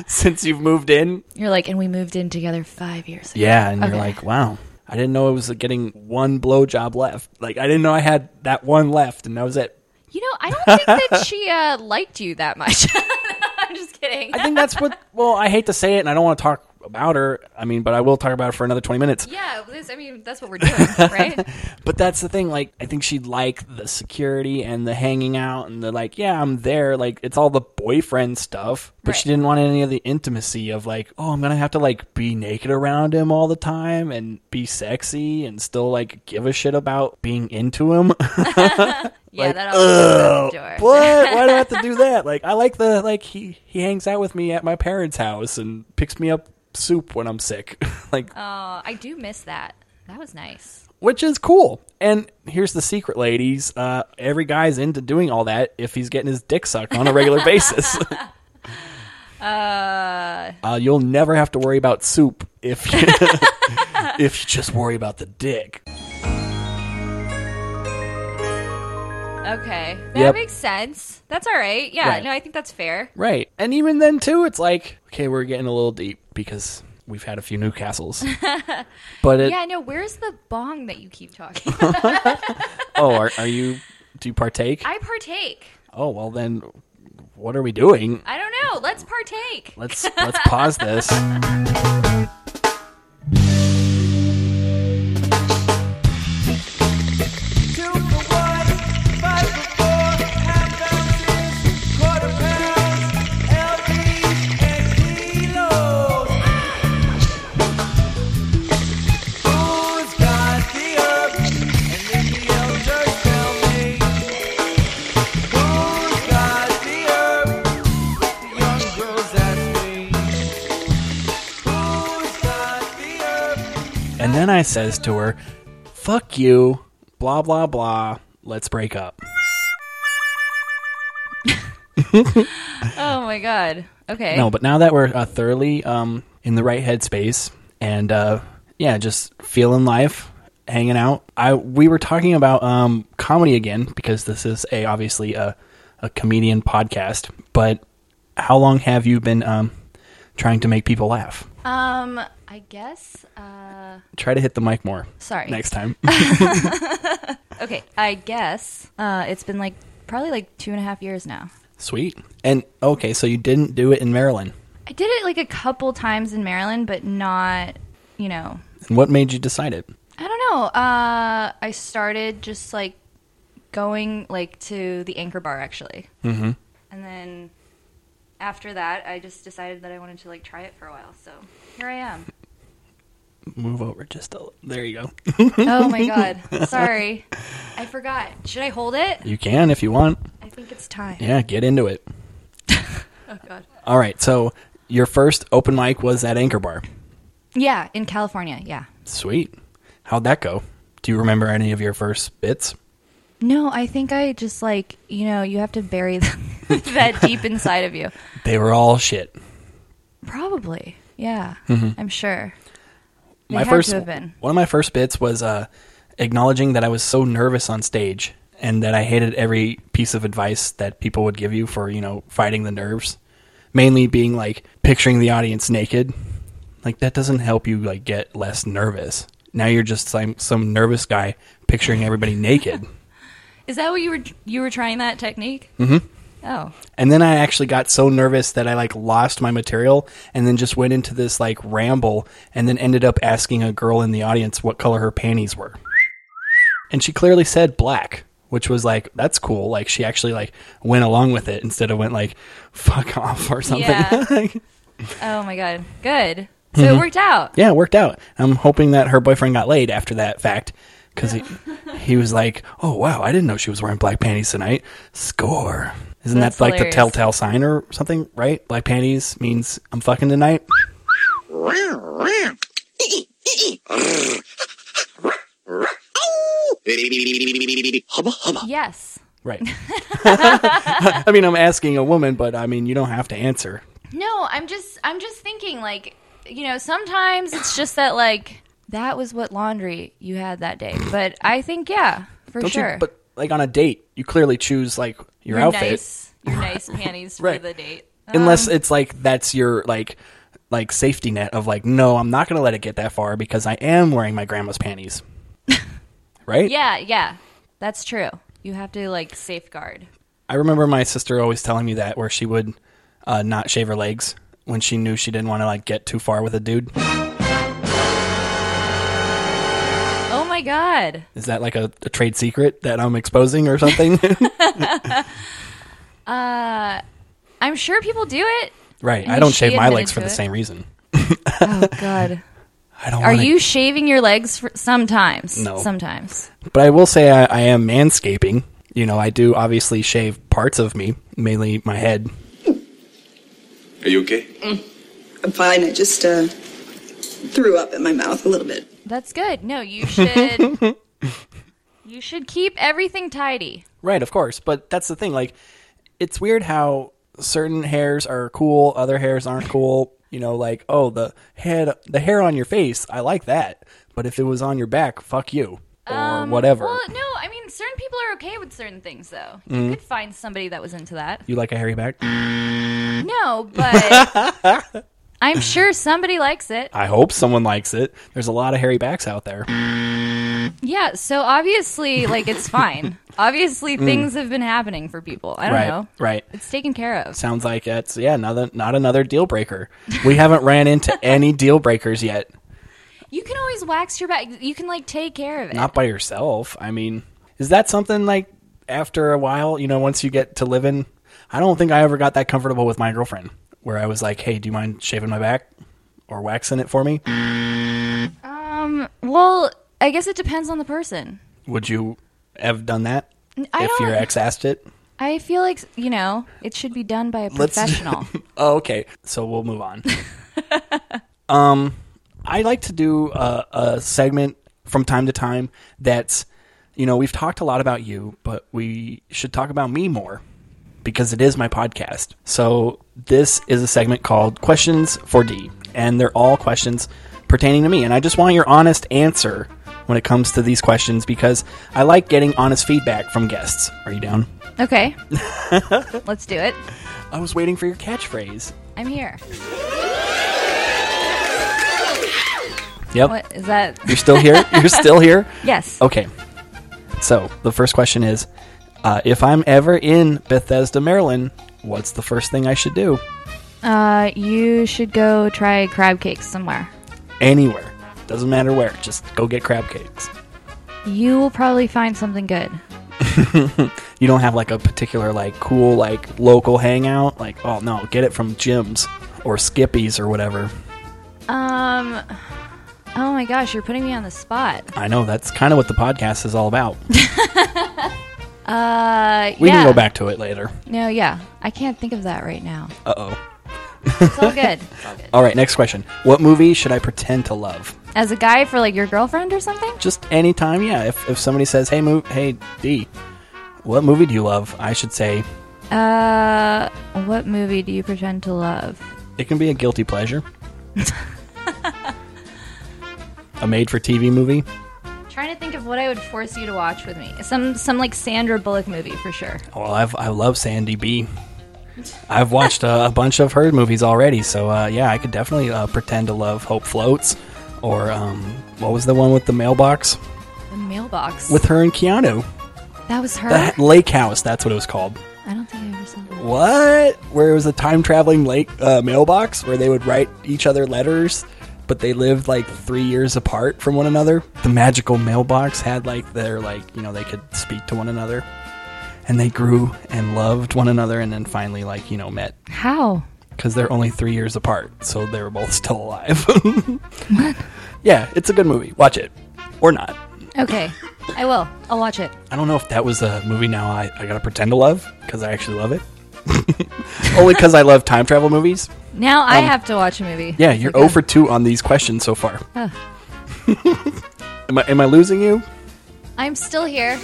S1: since you've moved in.
S2: You're like, and we moved in together five years ago.
S1: Yeah. And
S2: Okay.
S1: you're like, wow. I didn't know it was getting one blowjob left. Like, I didn't know I had that one left, and that was it.
S2: You know, I don't think
S1: [laughs]
S2: that she uh, liked you that much. [laughs] I'm just kidding.
S1: I think that's what. Well, I hate to say it, and I don't want to talk about her. I mean, but I will talk about it for another twenty minutes.
S2: yeah, this, I mean, that's what we're doing,
S1: [laughs]
S2: right?
S1: But that's the thing. Like, I think she liked the security and the hanging out and the like. Yeah, I'm there. Like, it's all the boyfriend stuff. But she
S2: Right.
S1: didn't want any of the intimacy of like, oh, I'm gonna have to like be naked around him all the time and be sexy and still like give a shit about being into him. [laughs]
S2: yeah,
S1: Like,
S2: that always goes out the door.
S1: what? Why do I have to do that? Like, I like the like he he hangs out with me at my parents' house and picks me up soup when I'm sick. [laughs] like,
S2: Uh, I do miss that. That was nice.
S1: which is cool. And here's the secret, ladies. Uh, every guy's into doing all that if he's getting his dick sucked on a regular basis.
S2: Uh,
S1: Uh, you'll never have to worry about soup if you, [laughs] if you just worry about the dick.
S2: okay, that
S1: Yep.
S2: makes sense. That's all right. Yeah,
S1: Right.
S2: no, I think that's fair.
S1: Right. And even then, too, it's like, okay, we're getting a little deep because we've had a few Newcastles.
S2: [laughs]
S1: but it,
S2: Yeah, no, where's the bong that you keep
S1: [laughs]
S2: talking? about?
S1: oh, are, are you, do you partake?
S2: I partake.
S1: oh, well, then what are we doing?
S2: I don't know. Let's partake.
S1: Let's, let's pause this. And then I says to her, fuck you, blah, blah, blah, let's break up.
S2: Oh my god. Okay.
S1: No, but now that we're uh, thoroughly um, in the right headspace and uh, yeah, just feeling life, hanging out. I we were talking about um, comedy again because this is a obviously a a comedian podcast. But how long have you been um, trying to make people laugh?
S2: Um, I guess. Uh,
S1: Try to hit the mic more
S2: sorry.
S1: next time.
S2: Okay, I guess. Uh, it's been like probably like two and a half years now.
S1: Sweet. And okay, so you didn't do it in Maryland.
S2: I did it like a couple times in Maryland, but not, you know,
S1: And what made you decide it?
S2: I don't know. Uh, I started just like going like to the Anchor Bar actually, mm-hmm. and then after that, I just decided that I wanted to like try it for a while. So here
S1: [laughs]
S2: I am.
S1: Move over just a. There you go.
S2: Oh my god. Sorry. I forgot. Should I hold it?
S1: You can if you want.
S2: I think it's time.
S1: Yeah, get into it.
S2: [laughs] Oh god.
S1: All right. So your first open mic was at Anchor Bar.
S2: Yeah, in California. Yeah.
S1: Sweet. How'd that go? Do you remember any of your first bits?
S2: No, I think I just like, you know, you have to bury [laughs] that deep inside of you.
S1: They were all shit.
S2: Probably. Yeah. I'm sure. They
S1: Mm-hmm. my
S2: had
S1: first
S2: to have been.
S1: one of my first bits was uh, acknowledging that I was so nervous on stage and that I hated every piece of advice that people would give you for you know fighting the nerves. Mainly being like picturing the audience naked, like that doesn't help you like get less nervous. Now you're just some some nervous guy picturing everybody naked.
S2: [laughs] Is that what you were you were trying that technique? Mm-hmm. Oh.
S1: And then I actually got so nervous that I like lost my material and then just went into this like ramble and then ended up asking a girl in the audience what color her panties were. And she clearly said black, which was like, that's cool. Like she actually like went along with it instead of went like, [laughs] fuck off or something.
S2: Yeah.
S1: [laughs] Like,
S2: Oh my god. Good. So
S1: Mm-hmm.
S2: it worked out.
S1: yeah, it worked out. I'm hoping that her boyfriend got laid after that fact because
S2: [laughs]
S1: he, he was like, oh wow, I didn't know she was wearing black panties tonight. Score. Isn't
S2: That's
S1: that like
S2: hilarious.
S1: the telltale sign or something, right? Black panties means I'm fucking tonight.
S9: Hubba hubba.
S2: Yes. [laughs]
S1: Right. [laughs] I mean, I'm asking a woman, but I mean, you don't have to answer.
S2: No, I'm just I'm just thinking like, you know, sometimes it's just that like that was what laundry you had that day. But I think yeah, for
S1: Don't
S2: sure.
S1: you? But like on a date, you clearly choose like your
S2: your
S1: outfit,
S2: nice your
S1: [laughs]
S2: nice panties
S1: Right.
S2: for the date. Um,
S1: unless it's like that's your like like safety net of like, no, I'm not going to let it get that far because I am wearing my grandma's
S2: [laughs]
S1: panties. right?
S2: Yeah, yeah. That's true. You have to like safeguard.
S1: I remember my sister always telling me that, where she would uh, not shave her legs when she knew she didn't want to like get too far with a dude.
S2: Oh my god.
S1: Is that like a, a trade secret that I'm exposing or
S2: [laughs]
S1: something? [laughs]
S2: I'm sure people
S1: [laughs]
S2: do it.
S1: right. I
S2: mean,
S1: don't
S2: she
S1: shave my
S2: admitted
S1: legs for
S2: to
S1: the
S2: it.
S1: same reason.
S2: Oh god.
S1: I don't.
S2: Are
S1: wanna-
S2: you shaving your legs for sometimes?
S1: No.
S2: Sometimes.
S1: But I will say I, I am manscaping. You know, I do obviously shave parts of me, mainly my head.
S7: Are you okay?
S10: I'm fine. I just uh, threw up in my mouth a little bit.
S2: That's good. No, you should
S1: [laughs]
S2: You should keep everything tidy.
S1: Right, of course. But that's the thing. Like, it's weird how certain hairs are cool, other hairs aren't cool. You know, like oh the head, the hair on your face, I like that. But if it was on your back, fuck you or whatever.
S2: Um, Well, no, I mean certain people are okay with certain things though. You
S1: Mm-hmm.
S2: could find somebody that was into that.
S1: You like a hairy back? Mm-hmm. [laughs]
S2: No, but I'm sure somebody likes it.
S1: I hope someone likes it. There's a lot of hairy backs out there.
S2: Yeah, so obviously like
S1: [laughs]
S2: it's fine. obviously things have been happening for people. I don't
S1: Mm. right,
S2: know.
S1: right.
S2: It's taken care of.
S1: Sounds like it's yeah, another not another deal breaker. We haven't ran into any deal breakers yet.
S2: You can always wax your back. You can like take care of it.
S1: not by yourself. I mean, is that something like after a while, you know, once you get to living? I don't think I ever got that comfortable with my girlfriend where I was like, hey, do you mind shaving my back or waxing it for me?
S2: well, I guess it depends on the person.
S1: Would you have done that
S2: I
S1: if your
S2: don't-
S1: ex asked it?
S2: I feel like you know it should be done by a
S1: Let's-
S2: professional.
S1: [laughs] Oh, okay. So we'll move on. [laughs] um, I like to do a, a segment from time to time that's, you know, we've talked a lot about you, but we should talk about me more because it is my podcast. So this is a segment called Questions for D, and they're all questions pertaining to me. And I just want your honest answer when it comes to these questions because I like getting honest feedback from guests. Are you down? [laughs]
S2: okay, let's do it.
S1: I was waiting for your catchphrase.
S2: I'm here.
S1: Yep.
S2: What is that?
S1: You're still here?
S2: [laughs]
S1: You're still here?
S2: Yes.
S1: Okay. So the first question is, uh, if I'm ever in Bethesda, Maryland, what's the first thing I should do?
S2: Uh, you should go try crab cakes somewhere.
S1: Anywhere, doesn't matter where, just go get crab cakes.
S2: You will probably find something good.
S1: you don't have like a particular like cool like local hangout. Like, oh no, get it from Jim's or Skippy's or whatever.
S2: Um. Oh my gosh, you're putting me on the spot.
S1: I know that's kind of what the podcast is all
S2: [laughs]
S1: about.
S2: Uh,
S1: We
S2: yeah.
S1: can go back to it later.
S2: No, yeah, I can't think of that right now.
S1: Uh oh.
S2: It's
S1: [laughs]
S2: all good. It's all good.
S1: All right, next question. What movie should I pretend to love?
S2: As a guy for like your girlfriend or something.
S1: Just anytime, yeah. If, if somebody says, "Hey, move, hey D, what movie do you love?" I should say
S2: Uh, what movie do you pretend to love?
S1: it can be a guilty pleasure, [laughs] a made-for-TV movie.
S2: Trying to think of what I would force you to watch with me. Some some like Sandra Bullock movie for sure.
S1: Well, I've, I love Sandy B. I've watched uh, a bunch of her movies already, so uh, yeah, I could definitely uh, pretend to love Hope Floats, or um, what was the one with the mailbox
S2: The mailbox.
S1: with her and Keanu?
S2: that was her.
S1: The Lake House, that's what it was called.
S2: I don't think I ever saw that.
S1: What? Where it was a time traveling lake uh, mailbox where they would write each other letters, but they lived like three years apart from one another. The magical mailbox had like their like you know they could speak to one another, and they grew and loved one another, and then finally like you know met
S2: How?
S1: because they're only three years apart, so they were both [laughs] still alive. [laughs] Yeah, it's a good movie. Watch it or not.
S2: Okay, I will. I'll watch it.
S1: I don't know if that was a movie now I, I gotta pretend to love because I actually love it. [laughs] Only because I love time travel movies.
S2: Now I have to watch a movie.
S1: Um, Yeah, you're
S2: Okay.
S1: 0 for 2 on these questions so far.
S2: Huh.
S1: [laughs] am, I, am I losing you?
S2: I'm still here.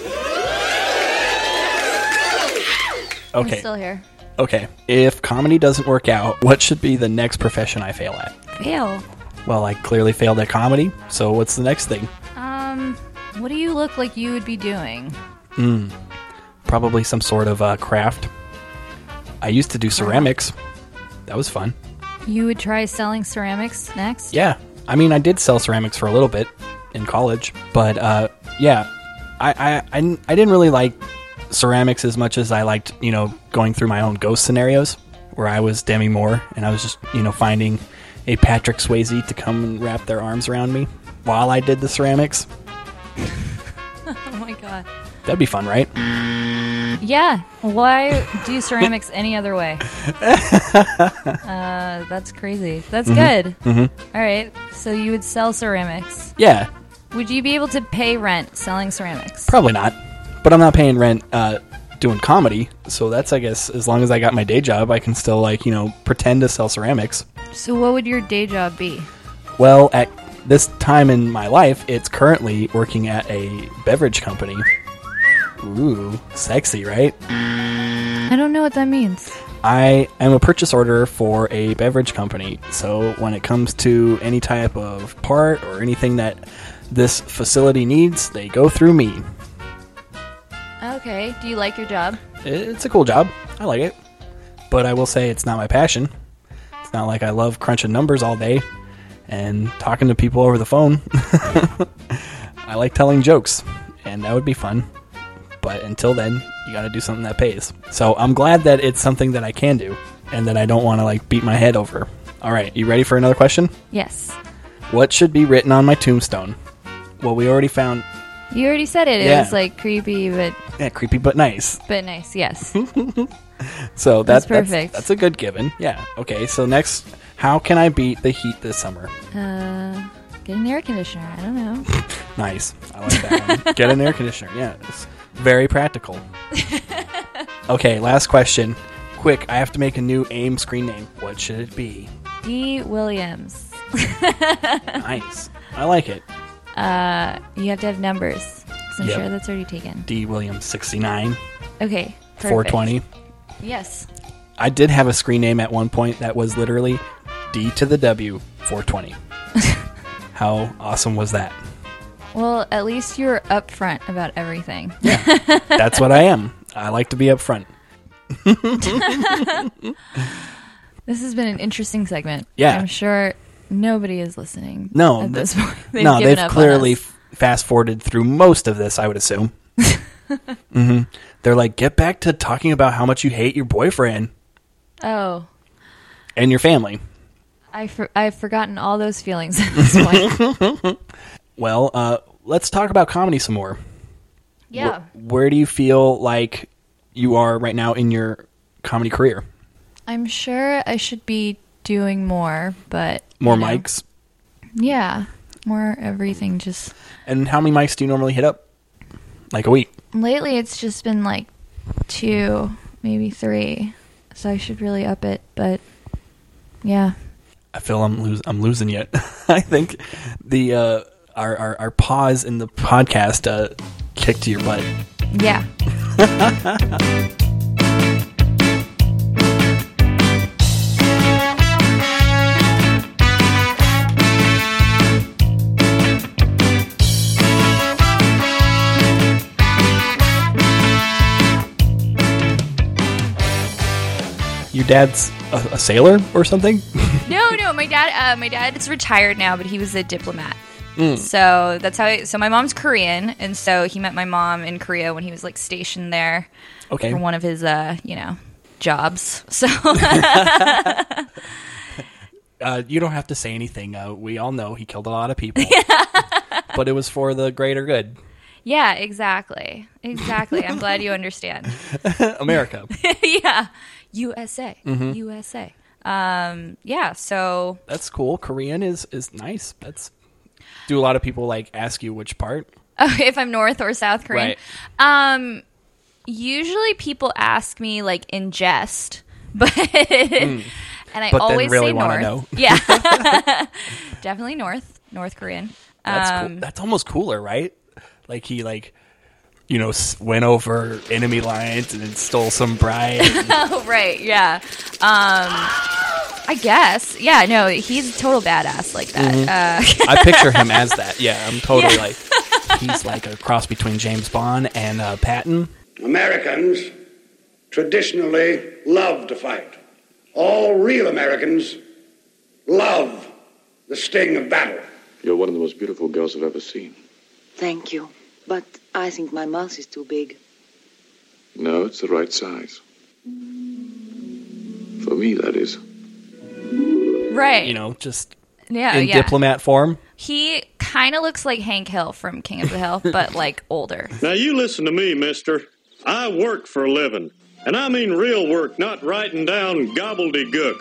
S2: I'm
S1: Okay.
S2: still here.
S1: Okay. If comedy doesn't work out, what should be the next profession I fail at?
S2: Fail.
S1: Well, I clearly failed at comedy, so what's the next thing?
S2: Um, what do you look like you would be doing?
S1: Probably some sort of uh, craft. I used to do ceramics. That was fun.
S2: You would try selling ceramics next?
S1: Yeah. I mean, I did sell ceramics for a little bit in college, but uh, yeah, I, I, I, didn't- I didn't really like ceramics as much as I liked, you know, going through my own ghost scenarios where I was Demi Moore and I was just, you know, finding a Patrick Swayze to come and wrap their arms around me while I did the ceramics.
S2: Oh my god.
S1: That'd be fun, right?
S2: Yeah. Why
S1: [laughs]
S2: do ceramics any other way? uh, that's crazy. That's
S1: Mm-hmm.
S2: good. All right. So you would sell ceramics.
S1: Yeah,
S2: Would you be able to pay rent selling ceramics?
S1: probably not. But I'm not paying rent uh, doing comedy, so that's, I guess, as long as I got my day job, I can still, like, you know, pretend to sell ceramics.
S2: So what would your day job be?
S1: Well, at this time in my life, it's currently working at a beverage company. Ooh, sexy, right?
S2: I don't know what that means.
S1: I am a purchase order for a beverage company. So when it comes to any type of part or anything that this facility needs, they go through me.
S2: Okay. Do you like your job?
S1: It's a cool job. I like it. But I will say it's not my passion. It's not like I love crunching numbers all day and talking to people over the phone. [laughs] I like telling jokes, and that would be fun. But until then, you got to do something that pays. So I'm glad that it's something that I can do and that I don't want to like beat my head over. All right, you ready for another question?
S2: Yes.
S1: What should be written on my tombstone? Well, we already found
S2: You already said it. It
S1: Yeah.
S2: was like creepy, but
S1: yeah, creepy but nice.
S2: but nice. Yes.
S1: So that,
S2: That's
S1: that's
S2: perfect.
S1: That's, a good given. Yeah. Okay. So next, how can I beat the heat this summer?
S2: uh, get an air conditioner. I don't know.
S1: Nice. I like that
S2: [laughs]
S1: one. Get an air conditioner. Yeah. It's very practical. okay. Last question. Quick. I have to make a new AIM screen name. What should it be?
S2: D. Williams.
S1: Nice. I like it.
S2: Uh, you have to have numbers. 'cause I'm
S1: Yep.
S2: sure that's already taken.
S1: D Williams 69,
S2: Okay. perfect.
S1: 420.
S2: Yes.
S1: I did have a screen name at one point that was literally D to the W
S2: [laughs]
S1: 420. How awesome was that?
S2: Well, at least you're upfront about everything.
S1: That's what I am. I like to be up front.
S2: This has been an interesting segment.
S1: Yeah.
S2: I'm sure nobody is listening.
S1: No,
S2: At this [laughs]
S1: th-
S2: point, they've
S1: no,
S2: given
S1: they've
S2: up on
S1: clearly
S2: us.
S1: fast forwarded through most of this. I would assume.
S2: [laughs]
S1: hmm They're like, get back to talking about how much you hate your boyfriend
S2: Oh,
S1: and your family.
S2: I for- I've forgotten all those feelings
S1: [laughs]
S2: at this point.
S1: Well, uh, let's talk about comedy some more.
S2: Yeah.
S1: Where do you feel like you are right now in your comedy career?
S2: I'm sure I should be doing more, but
S1: More
S2: you know,
S1: mics?
S2: Yeah, more everything. Just
S1: And how many mics do you normally hit up? Like a week.
S2: lately, it's just been like two, maybe three. So I should really up it, but yeah,
S1: I feel I'm lose I'm losing yet. [laughs] I think the uh, our, our our pause in the podcast uh, kicked your butt.
S2: yeah.
S1: Your dad's a, a sailor or something.
S2: [laughs] No, no, my dad. Uh, my dad is retired now, but he was a diplomat. So that's how. I, so my mom's Korean, and so he met my mom in Korea when he was like stationed there
S1: Okay.
S2: for one of his, uh, you know, jobs. [laughs] So
S1: Uh, you don't have to say anything. Uh, we all know he killed a lot of
S2: [laughs]
S1: people, [laughs] but it was for the greater good,
S2: yeah, exactly, exactly. I'm glad you understand. [laughs]
S1: America. [laughs]
S2: yeah, USA,
S1: Mm-hmm.
S2: USA. Um, yeah. So [laughs]
S1: That's cool. Korean is is nice. That's do a lot of people like ask you which part?
S2: oh, if I'm North or South Korean,
S1: Right.
S2: Um, usually people ask me like in jest, [laughs] but and I
S1: Mm. But then
S2: always
S1: really
S2: say
S1: wanna
S2: North.
S1: know. [laughs]
S2: Yeah, [laughs] definitely North, North Korean.
S1: That's
S2: Um,
S1: cool. That's almost cooler, right? Like he like you know s- went over enemy lines and then stole some bride.
S2: [laughs] oh right, yeah. Um, I guess. Yeah, no, he's a total badass like that.
S1: Mm-hmm.
S2: Uh,
S1: I picture him as that. Yeah, I'm totally
S2: Yeah.
S1: like he's like a cross between James Bond and uh, Patton.
S5: Americans traditionally love to fight. All real Americans love the sting of battle.
S7: You're one of the most beautiful girls I've ever seen.
S11: Thank you. But I think my mouth is too big.
S7: No, it's the right size. For me, that is.
S2: Uh, right.
S1: You know, just
S2: yeah,
S1: in
S2: yeah.
S1: diplomat form.
S2: he kind of looks like Hank Hill from King of
S1: [laughs]
S2: the Hill, but like older.
S12: Now, you listen to me, mister. I work for a living. And I mean real work, not writing down gobbledygook.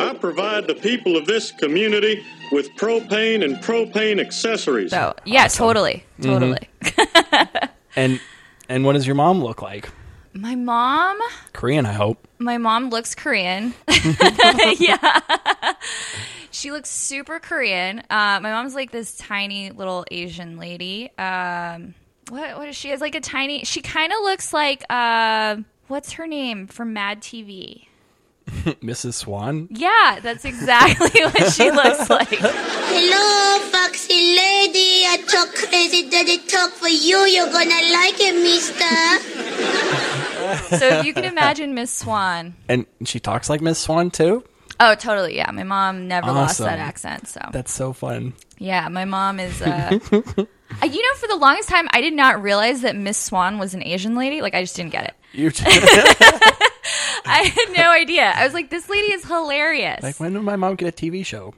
S12: I provide the people of this community with propane and propane accessories.
S2: So yeah, totally,
S1: Mm-hmm.
S2: totally.
S1: And and what does your mom look like?
S2: My mom,
S1: Korean, I hope.
S2: my mom looks Korean. [laughs] yeah. she looks super Korean. Uh, my mom's like this tiny little Asian lady. Um, what what is she? Is like a tiny. She kind of looks like uh, what's her name from Mad TV?
S1: Mrs. Swan.
S2: Yeah, that's exactly [laughs] what she looks like.
S13: Hello, foxy lady. I talk crazy daddy talk for you. You're gonna like it, mister.
S2: So if you can imagine Miss Swan.
S1: And she talks like Miss Swan too.
S2: Oh, totally. Yeah, my mom never lost
S1: Awesome.
S2: that accent. So
S1: That's so fun.
S2: Yeah, my mom is. Uh, uh, you know, for the longest time, I did not realize that Miss Swan was an Asian lady. Like, I just didn't get it. [laughs]
S1: You
S2: I had no idea. I was like, this lady is hilarious.
S1: [laughs] like when did my mom get a TV show?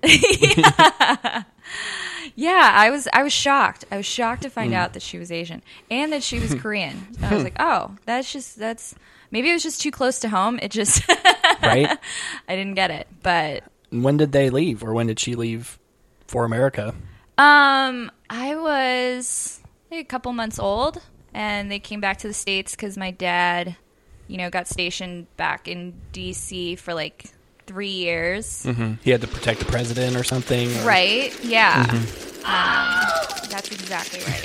S2: yeah, I was. I was shocked. I was shocked to find out that she was Asian and that she was Korean. And I was like, oh, that's just that's maybe it was just too close to home. It just [laughs]
S1: Right?
S2: I didn't get it. But
S1: when did they leave, or when did she leave for America?
S2: Um, I was like, a couple months old, and they came back to the states because my dad, you know, got stationed back in D.C. for like three years.
S1: He had to protect the president or something. or-
S2: Right? Yeah.
S1: Mm-hmm.
S2: Um, that's exactly right.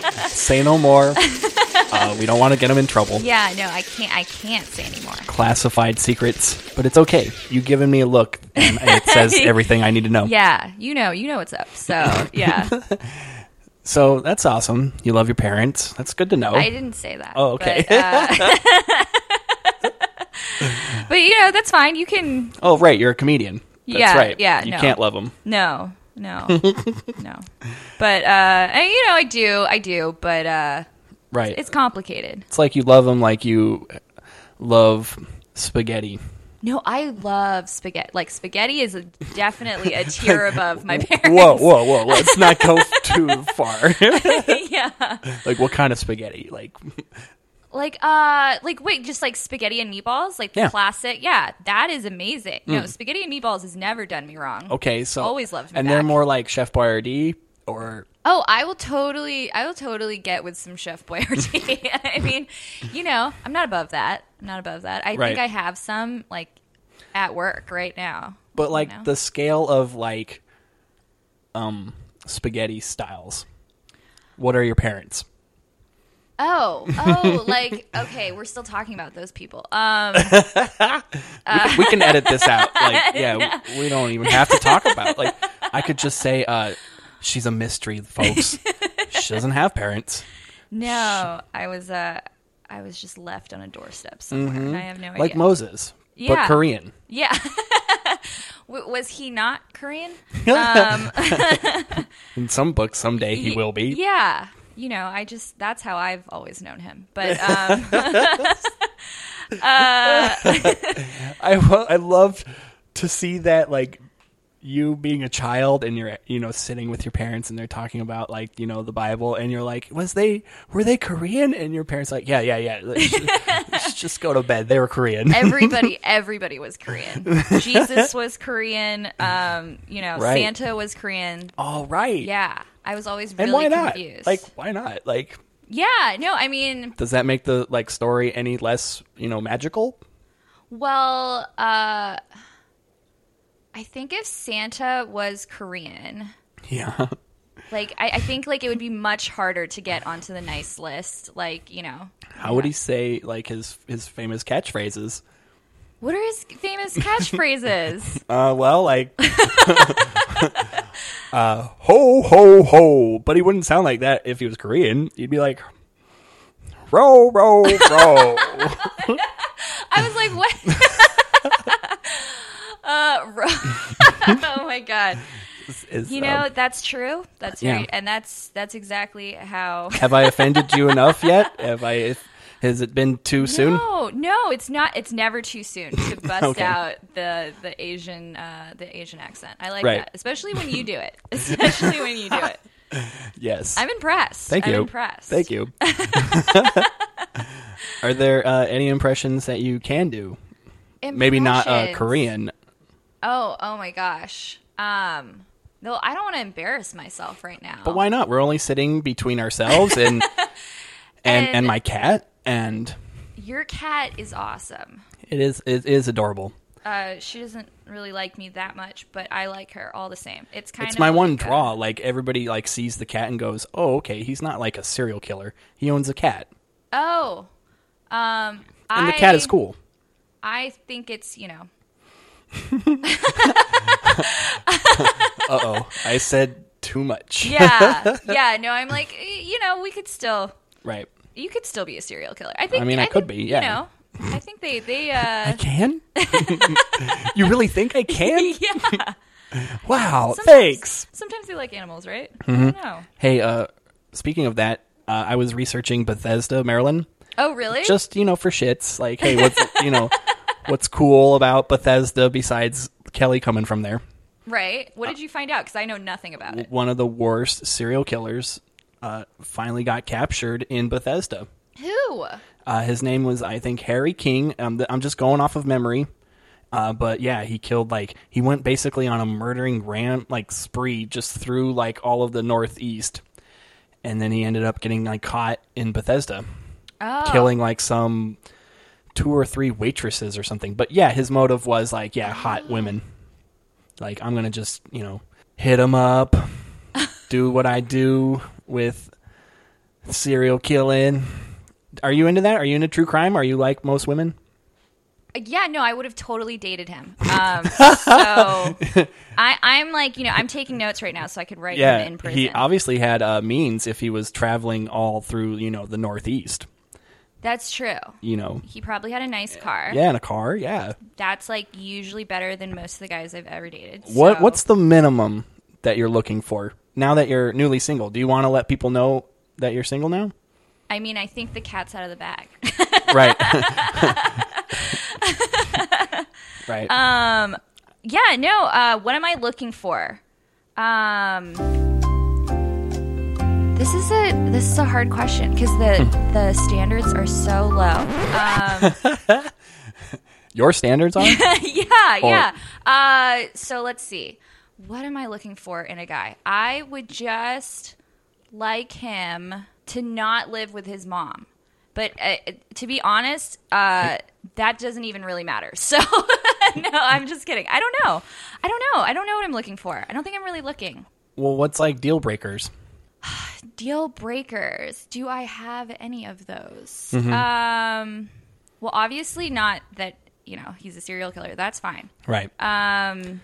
S1: [laughs]
S2: Yeah.
S1: Say no
S2: [laughs]
S1: more. uh, we don't want to get him in trouble.
S2: yeah. No, I can't. I can't say anymore.
S1: Classified secrets, but it's okay. You've given me a look, and it
S2: [laughs]
S1: says everything I need to know.
S2: Yeah, you know, you know what's up. So yeah,
S1: So that's awesome. You love your parents. That's good to know.
S2: I didn't say that.
S1: Oh, okay.
S2: But, uh, but you know, that's fine. You can
S1: oh, right. You're a comedian. That's
S2: Yeah,
S1: right.
S2: yeah,
S1: You
S2: no.
S1: can't love them.
S2: No,
S1: [laughs]
S2: no, no. But uh, I, you know, I do, I do. But uh,
S1: Right.
S2: it's complicated. [laughs]
S1: It's like you love them like you love spaghetti.
S2: No, I love spaghetti. Like spaghetti is a,
S1: [laughs]
S2: definitely a tier above my parents.
S1: Whoa, whoa, whoa! Let's not go [laughs] too far. [laughs]
S2: [laughs] yeah.
S1: like what kind of spaghetti? Like
S2: Like uh like wait, just like spaghetti and meatballs, like
S1: Yeah.
S2: classic. Yeah, that is amazing. No,
S1: Mm.
S2: spaghetti and meatballs has never done me wrong.
S1: okay, so
S2: always loved me
S1: and
S2: back.
S1: they're more like Chef Boyardee or
S2: Oh, I will totally I will totally get with some Chef Boyardee. [laughs] I mean, you know, I'm not above that. I'm not above that. I
S1: Right.
S2: think I have some like at work right now.
S1: but like
S2: know?
S1: the scale of like um spaghetti styles. What are your parents?
S2: Oh, oh,
S1: [laughs]
S2: like okay, we're still talking about those people. Um
S1: We,
S2: uh,
S1: we can edit this
S2: [laughs]
S1: out. Like yeah, we, we don't even have to talk about. Like I could just say uh she's a mystery,
S2: [laughs]
S1: folks. she doesn't have parents.
S2: No, I was uh I was just left on a doorstep somewhere.
S1: Mhm.
S2: and I have no idea.
S1: Like Moses, but Korean.
S2: Yeah. [laughs] W- was he not Korean? Um,
S1: In some books someday he
S2: y-
S1: will be.
S2: Yeah. You know, I just that's how I've always known him.
S1: [laughs]
S2: But um uh,
S1: I wa- I loved to see that like you being a child and you're you know sitting with your parents and they're talking about like you know the Bible and you're like was they were they Korean and your parents like yeah yeah yeah [laughs] let's just, let's just go to bed they were Korean
S2: everybody everybody
S1: [laughs]
S2: was Korean. Jesus was Korean. Um, you know,
S1: Right.
S2: Santa was Korean.
S1: [laughs] All right.
S2: Yeah. I was always really
S1: and why not
S2: confused.
S1: like why not like
S2: yeah, no, I mean
S1: does that make the like story any less you know magical
S2: Well, uh, I think if Santa was Korean,
S1: yeah
S2: like I, I think like it would be much harder to get onto the nice list. Like you know,
S1: [laughs] how would he say like his his famous catchphrases
S2: what are his famous catchphrases?
S1: Uh, well, [laughs] like, uh, ho ho ho. But he wouldn't sound like that if he was Korean. He'd be like, row row row.
S2: I was like, what? [laughs] uh, [laughs] ro- oh my god!
S1: Is- [laughs] is,
S2: you know
S1: um,
S2: that's true. That's
S1: yeah.
S2: right, and that's that's exactly how.
S1: Have I offended you enough yet? Have I? If, has it been too soon?
S2: No, no, it's not. It's never too soon
S1: [laughs]
S2: to bust
S1: Okay.
S2: out the the Asian uh, the Asian accent. I like
S1: Right.
S2: that, especially when you do it. [laughs] Especially
S1: [laughs]
S2: when you do it.
S1: Yes.
S2: I'm impressed.
S1: Thank
S2: I'm
S1: you.
S2: impressed.
S1: Thank
S2: [laughs]
S1: you. [laughs] Are there uh, any impressions that you can do? Maybe not uh,
S2: Impressions.
S1: Korean.
S2: Oh, oh my gosh. Um, though I don't want to embarrass myself right now.
S1: But why not? We're only sitting between ourselves
S2: [laughs]
S1: and and,
S2: And-
S1: and my cat, and
S2: Your cat is awesome.
S1: it is it is adorable.
S2: Uh, she doesn't really like me that much, but I like her all the same. It's kind
S1: it's
S2: of
S1: my
S2: like
S1: one
S2: a-
S1: draw. Like everybody like sees the cat and goes, "Oh, okay, he's not like a serial killer. He owns a cat,
S2: Oh, um,
S1: and the cat
S2: I-
S1: is cool."
S2: I think it's you
S1: [laughs]
S2: know
S1: Uh oh, I said too much.
S2: yeah yeah no i'm like y- you know we could still
S1: right.
S2: you could still be a serial killer i think
S1: I mean, I could
S2: think,
S1: be, yeah.
S2: you know i think they they uh
S1: [laughs] I can. you really think I can?
S2: [laughs] yeah
S1: [laughs] Wow,
S2: Sometimes-
S1: thanks.
S2: sometimes they like animals right i
S1: Mhm.
S2: don't know
S1: Hey, uh, speaking of that, uh, I was researching Bethesda, Maryland.
S2: oh really
S1: Just you know for shits, like hey, what's you know what's cool about Bethesda besides Kelly coming from there?
S2: right what
S1: uh,
S2: did you find out because i know nothing about it
S1: One of the worst serial killers uh, finally got captured in Bethesda.
S2: who
S1: Uh, his name was, I think, Harry King. Um, th- I'm just going off of memory. Uh, but yeah, he killed like he went basically on a murdering ram like spree just through like all of the Northeast, and then he ended up getting like caught in Bethesda,
S2: Oh.
S1: killing like some two or three waitresses or something. But yeah, his motive was like yeah, hot women. Like I'm gonna just you know hit them up, do what I do with serial killing. Are you into that? Are you into true crime? Are you like most women?
S2: Uh, yeah no i would have totally dated
S1: [laughs]
S2: him um so i i'm like you know i'm taking notes right now so i could write him in prison
S1: he obviously had uh, means if he was traveling all through you know the Northeast.
S2: that's true
S1: You know,
S2: he probably had a nice car
S1: yeah, in a car, yeah.
S2: that's like usually better than most of the guys I've ever dated.
S1: What
S2: so-
S1: what's the minimum that you're looking for now that you're newly single? Do you want to let people know that you're single now?
S2: I mean, I think the cat's out of the bag.
S1: Right. [laughs] Right.
S2: Um, [laughs] yeah, no. Uh, what am I looking for? Um, this is a this is a hard question because the
S1: Hmm.
S2: the standards are so low. Um,
S1: Your standards
S2: [laughs]
S1: are?
S2: yeah,
S1: Or-
S2: yeah. Uh, so let's see. What am I looking for in a guy? I would just like him to not live with his mom. But uh, to be honest, uh, that doesn't even really matter. [laughs] So no, I'm just kidding. I don't know. I don't know. I don't know what I'm looking for. I don't think I'm really looking.
S1: well, what's like deal breakers?
S2: Deal breakers. Do I have any of those?
S1: Mhm.
S2: Um, well, obviously not that, you know, he's a serial killer. That's fine.
S1: Right.
S2: Um,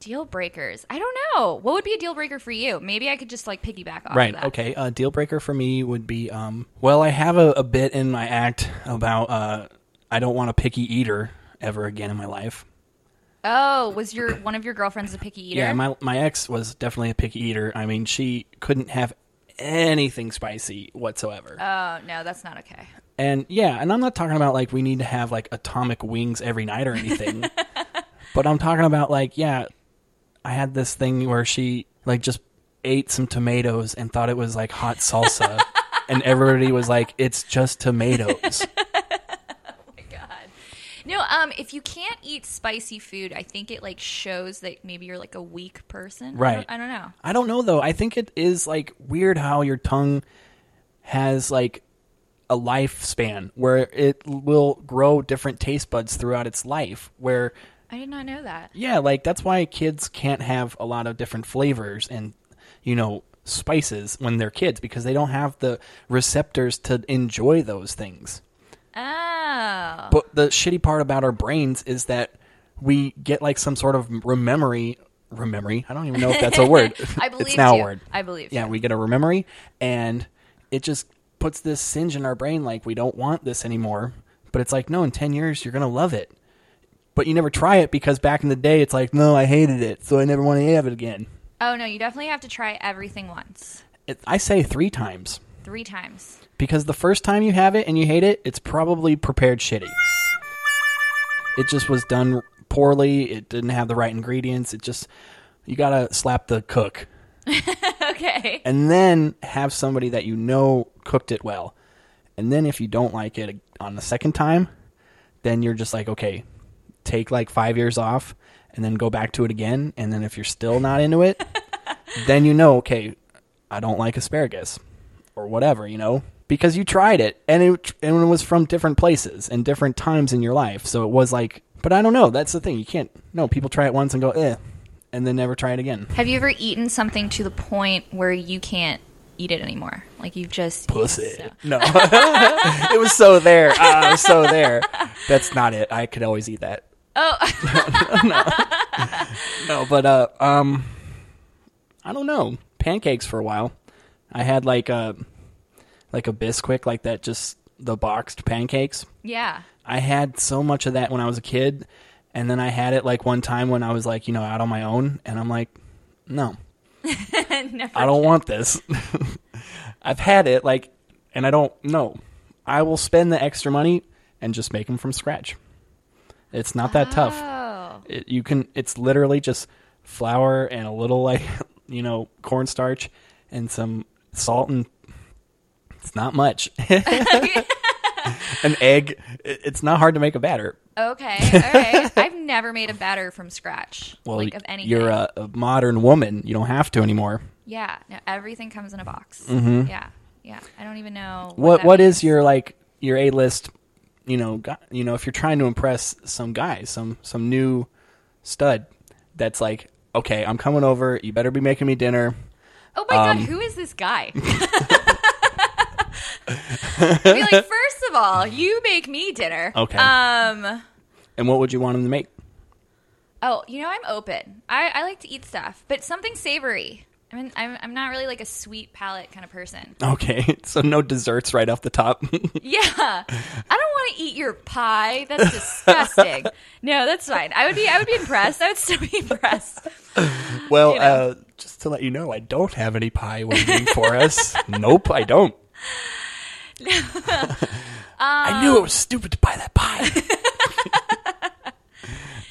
S2: deal breakers. I don't know. What would be a deal breaker for you? Maybe I could just like piggyback off.
S1: right.
S2: Of that.
S1: Okay. Uh, deal breaker for me would be um, well, I have a, a bit in my act about uh, I don't want a picky eater ever again in my life.
S2: Oh, was your one of your girlfriends a picky eater?
S1: Yeah, my my ex was definitely a picky eater. I mean, she couldn't have anything spicy whatsoever.
S2: Oh no, that's not okay.
S1: And yeah, and I'm not talking about like we need to have like atomic wings every night or anything.
S2: [laughs]
S1: but I'm talking about like, yeah, I had this thing where she like just ate some tomatoes and thought it was like hot
S2: [laughs]
S1: salsa. and everybody was like, it's just
S2: [laughs]
S1: tomatoes.
S2: No, um, if you can't eat spicy food, I think it like shows that maybe you're like a weak person. I
S1: Right.
S2: don't- I don't, know.
S1: I don't know though. I think it is like weird how your tongue has like a lifespan where it will grow different taste buds throughout its life where
S2: I did not know that.
S1: Yeah, like that's why kids can't have a lot of different flavors and you know spices when they're kids because they don't have the receptors to enjoy those things.
S2: Oh.
S1: But the shitty part about our brains is that we get like some sort of rememory rememory. I don't even know if that's a word.
S2: [laughs] I
S1: it's
S2: believed
S1: now
S2: you.
S1: a word.
S2: I believed
S1: Yeah,
S2: you.
S1: we get a rememory and it just puts this singe in our brain like we don't want this anymore. But it's like, no, in ten years you're gonna love it. But you never try it because back in the day it's like, no, I hated it, so I never want to have it again.
S2: Oh no, you definitely have to try everything once,
S1: It, I say three times.
S2: three times. [laughs]
S1: Because the first time you have it and you hate it, it's probably prepared shitty. It just was done poorly. It didn't have the right ingredients. It just, you gotta slap the cook.
S2: okay.
S1: And then have somebody that you know cooked it well. And then if you don't like it on the second time, then you're just like, okay, take like five years off and then go back to it again. And then if you're still not into it, then you know, okay, I don't like asparagus or whatever, you know, because you tried it and it and it was from different places and different times in your life. So it was like, but I don't know. That's the thing. You can't. No, people try it once and go, eh, and then never try it again.
S2: Have you ever eaten something to the point where you can't eat it anymore? Like you've just
S1: Pussy. No, [laughs] it was so there. Ah, it was so there. That's not it. I could always eat that.
S2: Oh.
S1: [laughs] No, but uh, um, I don't know. Pancakes for a while. I had like a like a Bisquick, like that, just the boxed pancakes.
S2: yeah.
S1: I had so much of that when I was a kid, and then I had it like one time when I was like, you know, out on my own, and I'm like, no,
S2: Never
S1: I don't want this. [laughs] I've had it like, and I don't know. I will spend the extra money and just make them from scratch. It's not that
S2: Ah. Oh.
S1: tough. It, you can. It's literally just flour and a little like [laughs] you know cornstarch and some salt and it's not much. [laughs] An egg. It- It's not hard to make a batter. [laughs]
S2: Okay. All right. I've never made a batter from scratch.
S1: Well,
S2: like of anything.
S1: you're uh, a, a modern woman. You don't have to anymore.
S2: yeah. No, everything comes in a box.
S1: Mhm.
S2: Yeah. Yeah. I don't even know.
S1: what
S2: that
S1: what
S2: means.
S1: is your like your A list? You know, guy, you know, if you're trying to impress some guy, some some new stud, that's like, okay, I'm coming over. You better be making me dinner.
S2: Oh my
S1: Um,
S2: god, who is
S1: [laughs]
S2: this guy? Be like, first of all, you make me dinner.
S1: Okay.
S2: Um.
S1: And what would you want him to make?
S2: Oh, you know I'm open. I, I like to eat stuff, but something savory. I mean, I'm I'm not really like a sweet palate kind of person.
S1: Okay, [laughs] so no desserts right off the top.
S2: Yeah. I don't want to eat your pie.
S1: [laughs]
S2: That's disgusting. no, that's fine. I would be I would be impressed. I would still be impressed.
S1: well, uh, just to let you know, I don't have any pie waiting for us. [laughs] Nope, I don't. [laughs] I knew it was stupid to buy that pie.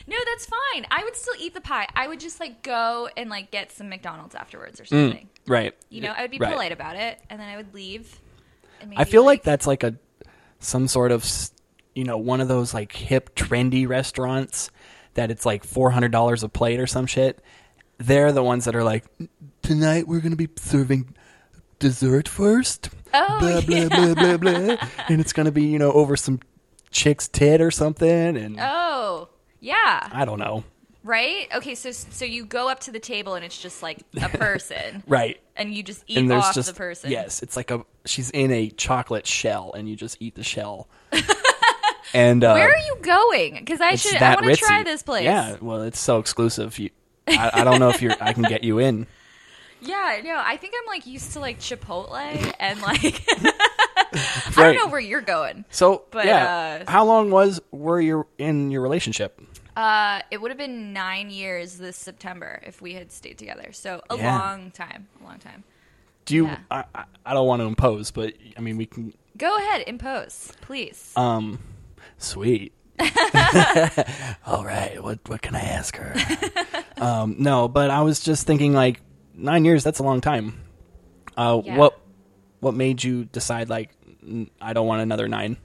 S2: No, pie. I would just like go and like get some McDonald's afterwards or something.
S1: right.
S2: You know, I would be
S1: Mm. Right.
S2: polite about it, and then I would leave. And
S1: I feel like, that's like a some sort of s- you know one of those like hip trendy restaurants that it's like four hundred dollars a plate or some shit. They're the ones that are like tonight we're gonna be serving dessert first.
S2: Oh,
S1: blah,
S2: yeah.
S1: blah, blah, blah, blah. and it's gonna be you know over some chick's tit or something, and
S2: Oh, yeah.
S1: I don't know.
S2: Right? Okay, so so you go up to the table and it's just like
S1: [laughs]
S2: a person.
S1: Right.
S2: And you just eat off the person.
S1: Yes, it's like a she's in a chocolate shell, and you just eat the
S2: [laughs]
S1: shell. and uh,
S2: Where are you going? Because I
S1: it's
S2: should. I
S1: that
S2: want to try
S1: ritzy.
S2: this place.
S1: Yeah, well, it's so exclusive. You, I, I don't know if you're. I can get you in.
S2: Yeah, no, I think I'm like used to
S1: [laughs]
S2: like Chipotle and like [laughs] [laughs] I
S1: Right.
S2: don't know where you're going.
S1: So
S2: but
S1: yeah, how long was were you in your relationship?
S2: uh, uh, it would have been nine years this September if we had stayed together. So a
S1: Yeah.
S2: long time, a long time.
S1: Do you?
S2: Yeah.
S1: I, I, I don't want to impose, but I mean we can.
S2: Go ahead, impose, please.
S1: Um,
S2: [laughs]
S1: sweet. [laughs] All right, what what can I ask
S2: [laughs]
S1: her? um, no, but I was just thinking like nine years. That's a long time. Uh,
S2: Yeah.
S1: what what made you decide like "N- I don't want another nine?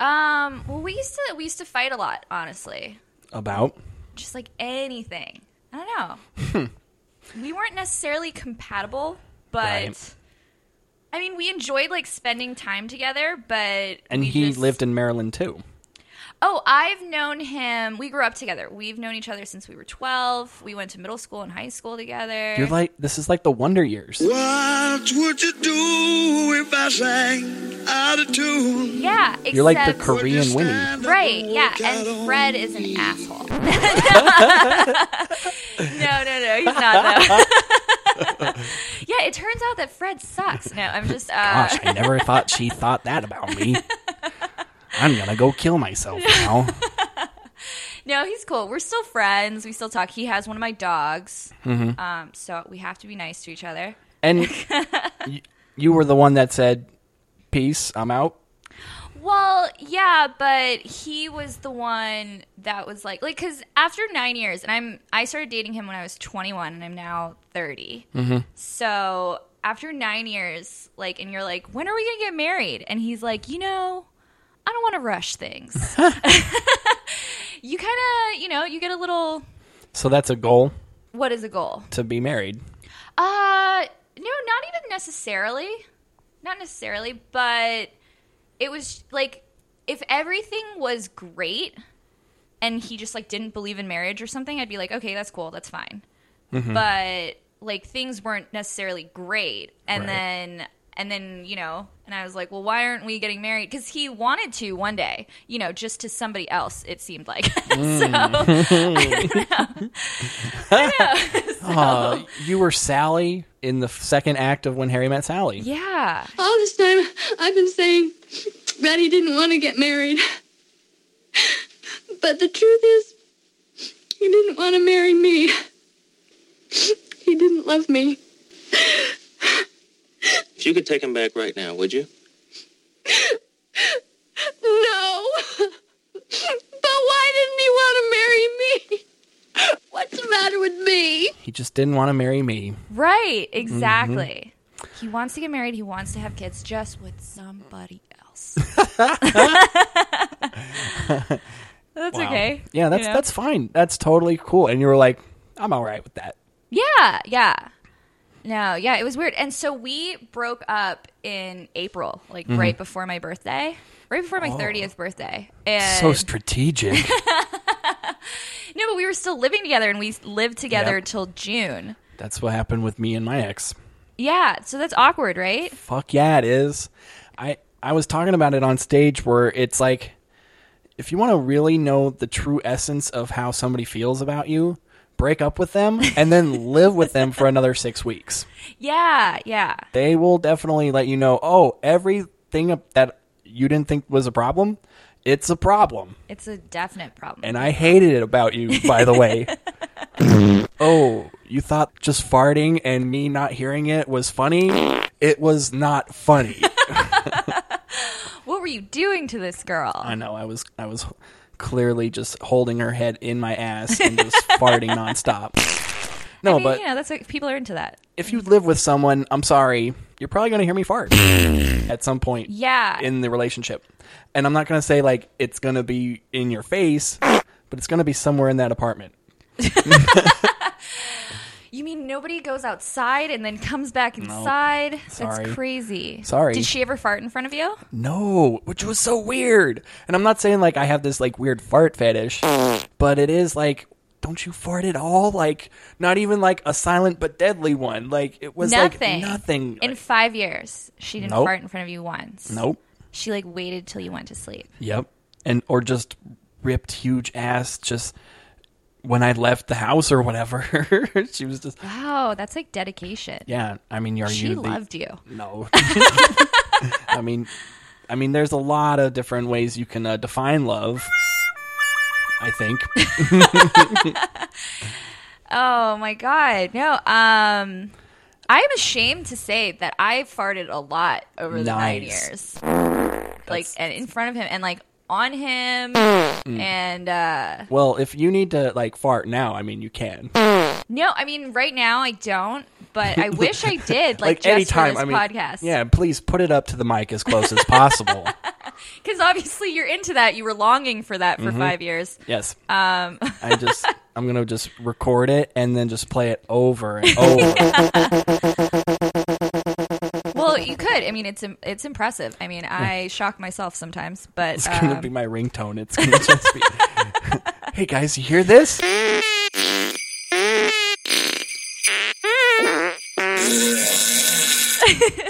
S2: Um, well, we used to we used to fight a lot, honestly.
S1: About
S2: Just like anything. I don't know. [laughs] we weren't necessarily compatible, but
S1: Hmm. Right.
S2: I mean, we enjoyed like spending time together, but
S1: and
S2: we
S1: he
S2: just-
S1: lived in Maryland too.
S2: Oh, I've known him. We grew up together. We've known each other since we were 12. We went to middle school and high school together.
S1: You're like this is like the Wonder Years.
S3: What would you do if I sang out of tune?
S2: yeah, except
S1: You're like the Korean Winnie.
S2: Right, yeah, and Fred is an asshole. [laughs] no, no, no, he's not though. [laughs] yeah, it turns out that Fred sucks. No, I'm just uh
S1: Gosh, I never thought she thought that about
S2: [laughs]
S1: me. I'm gonna go kill myself now.
S2: No, he's cool. We're still friends. We still talk. He has one of my dogs.
S1: Mhm.
S2: Um, so we have to be nice to each other.
S1: And y- you were the one that said, "Peace, I'm out."
S2: Well, yeah, but he was the one that was like, like, because after nine years, and I'm, I started dating him when I was 21, and I'm now 30.
S3: Mhm.
S2: So after nine years, like, and you're like, when are we gonna get married? And he's like, you know, I don't want to rush things. [laughs] you kind of, you know, you get a little.
S1: So that's a goal
S2: What is a goal?
S1: to be married.
S2: Uh, no, not even necessarily. Not necessarily, but it was like if everything was great and he just like didn't believe in marriage or something, I'd be like, okay, that's cool, that's fine.
S3: Mhm.
S2: But like things weren't necessarily great, and
S3: Right.
S2: then and then you know, and I was like, well, why aren't we getting married? Because he wanted to one day, you know, just to somebody else. It seemed like [laughs] so. Uh-huh.
S1: Aw, Uh, you were Sally in the second act of When Harry Met Sally.
S2: Yeah.
S14: All this time, I've been saying Betty didn't want to get married. But the truth is, he didn't want to marry me. He didn't love me.
S9: If you could take him back right now, would you?
S14: No. But why didn't he want to marry me? What's the matter with me?
S1: He just didn't want to marry me.
S2: Right,
S1: Mm-hmm.
S2: exactly. He wants to get married. He wants to have kids just with somebody
S1: [laughs]
S2: else. that's
S1: Wow.
S2: okay.
S1: Yeah, that's
S2: you know?
S1: that's fine. That's totally cool. And you were like, I'm all right with that.
S2: Yeah, yeah. No, yeah, it was weird. And so we broke up in April, like
S1: Mhm.
S2: right before my birthday, right before my
S1: Oh.
S2: 30th birthday. And
S1: So strategic.
S2: no, but we were still living together and we lived together
S1: Yep.
S2: till June.
S1: that's what happened with me and my ex.
S2: Yeah, so that's awkward, right?
S1: Fuck yeah, it is. I I was talking about it on stage where it's like if you want to really know the true essence of how somebody feels about you, break up with them and then live with them for another 6 weeks.
S2: Yeah, yeah.
S1: They will definitely let you know, "Oh, everything that you didn't think was a problem, it's a problem."
S2: It's a definite problem.
S1: And I hated it about you, by the
S2: [laughs]
S1: way. oh, you thought just farting and me not hearing it was funny? It was not funny.
S2: What were you doing to this girl?
S1: I know. I was I was clearly just holding her head in my ass and
S2: [laughs]
S1: just farting nonstop. No,
S2: I mean,
S1: but
S2: you know, that's what people are into that.
S1: if you live with someone, I'm sorry, you're probably going to hear me
S2: [laughs]
S1: fart at some point.
S2: Yeah.
S1: In the relationship. And I'm not going to say like it's going to be in your face, but it's going to be somewhere in that apartment.
S2: You mean nobody goes outside and then comes back inside?
S1: Sorry.
S2: That's crazy.
S1: Sorry.
S2: Did she ever fart in front of you?
S1: No, which was so weird. And I'm not saying like I have this like weird fart fetish, but it is like don't you fart at all? Like not even like a silent but deadly one. Like it was
S2: nothing.
S1: like nothing.
S2: In five years, she didn't
S1: Nope.
S2: fart in front of you once.
S1: Nope.
S2: She like waited till you went to sleep.
S1: Yep. And or just ripped huge ass just when I left the house or whatever. [laughs] she was just
S2: Wow, that's like dedication.
S1: yeah. I mean, are
S2: she
S1: you? the-
S2: loved you. [laughs]
S1: No. I mean, I mean, there's a lot of different ways you can uh, define love. I think.
S2: Oh my god. No. Um I am ashamed to say that I farted a lot over the nine
S1: Nice.
S2: years. like and in front of him and like on him
S1: Mm.
S2: and uh
S1: well, if you need to like fart now, I mean, you
S2: [laughs]
S1: can.
S2: no, I mean right now I don't,
S1: [laughs]
S2: but I wish I did like, just
S1: anytime.
S2: for
S1: I
S2: this
S1: mean,
S2: podcast.
S1: yeah. Please put it up to the mic as close as
S2: [laughs]
S1: possible.
S2: Cuz obviously you're into that. You were longing for that for
S1: Mhm.
S2: 5 years.
S1: Yes.
S2: Um
S1: I just I'm gonna just record it and then just play it over
S2: [laughs]
S1: and over.
S2: Well, you could. I mean, it's im- it's impressive. I mean, I shock myself sometimes, but
S1: It's gonna
S2: um,
S1: be my ringtone. It's gonna just be [laughs] Hey guys, you hear
S2: [laughs]
S1: this?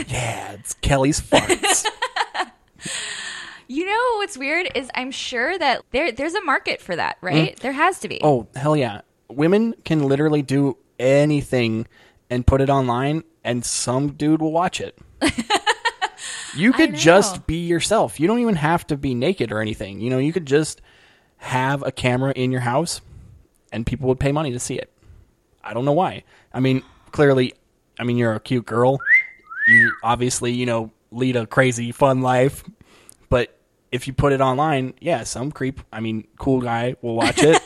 S1: yeah, it's Kelly's farts.
S2: You know what's weird is I'm sure that there there's a market for that, right?
S1: Mm.
S2: There has to be.
S1: Oh, hell yeah. Women can literally do anything and put it online and some dude will watch it. you could just be yourself. You don't even have to be naked or anything. You know, you could just have a camera in your house and people would pay money to see it. I don't know why. I mean, clearly, I mean, you're a cute girl. You obviously, you know, lead a crazy fun life. But if you put it online, yeah, some creep, I mean, cool guy will watch it.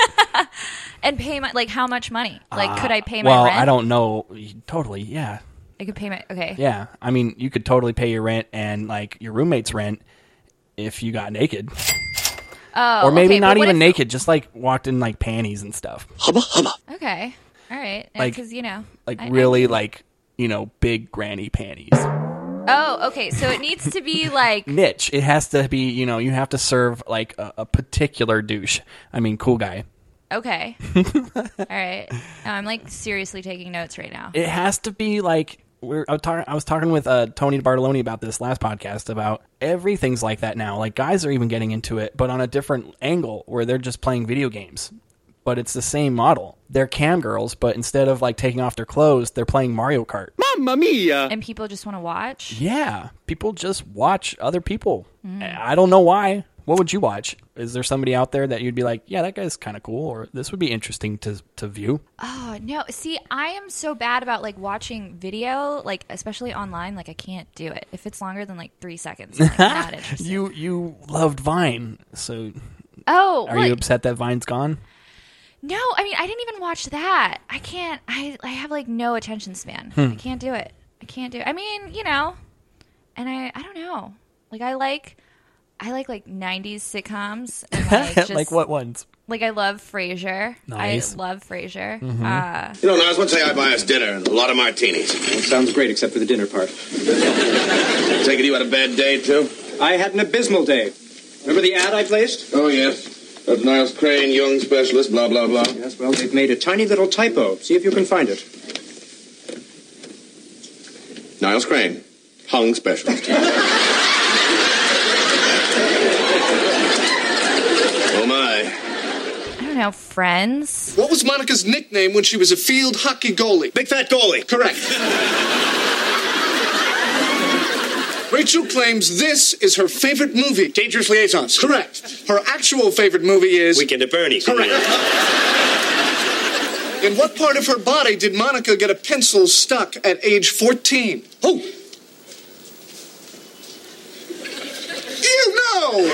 S2: And pay my like how much money? Like
S1: Uh,
S2: could I pay my
S1: well,
S2: rent?
S1: I don't know. Totally, yeah,
S2: I could pay my okay.
S1: yeah. I mean, you could totally pay your rent and like your roommate's rent if you got naked,
S2: Oh,
S1: or maybe
S2: okay, but
S1: not
S2: what
S1: even
S2: if-
S1: naked, just like walked in like panties and stuff.
S2: Okay. All right.
S1: Like-
S2: Because you know.
S1: Like
S2: I- I-
S1: really, like you know, big granny panties.
S2: oh, okay. So it needs to
S1: [laughs]
S2: be like
S1: Niche. It has to be. You know, you have to serve like a, a particular douche. I mean, cool guy. [laughs]
S2: okay. All right. No, I'm like seriously taking notes right now.
S1: It has to be like we're. I was, talk, I was talking with uh, Tony Bartoloni about this last podcast about everything's like that now. Like guys are even getting into it, but on a different angle where they're just playing video games. But it's the same model. They're cam girls, but instead of like taking off their clothes, they're playing Mario Kart. Mamma mia!
S2: And people just want to watch.
S1: Yeah, people just watch other people. I don't know why. What would you watch? Is there somebody out there that you'd be like, yeah, that guy's kind of cool, or this would be interesting to to view?
S2: Oh no! See, I am so bad about like watching video, like especially online. Like I can't do it if it's longer than like three
S1: [laughs]
S2: seconds. I'm, like, not interested.
S1: you you loved Vine, so
S2: Oh,
S1: are
S2: well,
S1: you upset that Vine's gone?
S2: No, I mean I didn't even watch that. I can't. I I have like no attention span.
S1: Hmm.
S2: I can't do it. I can't do. It. I mean, you know, and I I don't know. Like I like I like like '90s sitcoms. and, like,
S1: [laughs]
S2: just-
S1: like what ones?
S2: Like I love Frasier.
S15: Nice.
S2: I love Frasier.
S1: Mm-hmm.
S15: Mhm.
S2: Uh,
S15: You know, Nas, one day I buy us dinner and a lot of martinis. It sounds great, except for the dinner part. Take it you had a bad day, too? I had an abysmal day. Remember the ad I placed? Oh, yes. Of Niles Crane, young specialist, blah, blah, blah. Yes, well, they've made a tiny little typo. See if you can find it. Niles Crane, hung [laughs] specialist. oh, my.
S2: I don't know. Friends.
S16: What was Monica's nickname when she was a field hockey goalie?
S15: Big fat goalie. Correct.
S16: Rachel claims this is her favorite movie. Dangerous Liaisons. Correct. Her actual favorite movie is Weekend at Bernie's. Correct. In what part of her body did Monica get a pencil stuck at age 14? Oh. You know.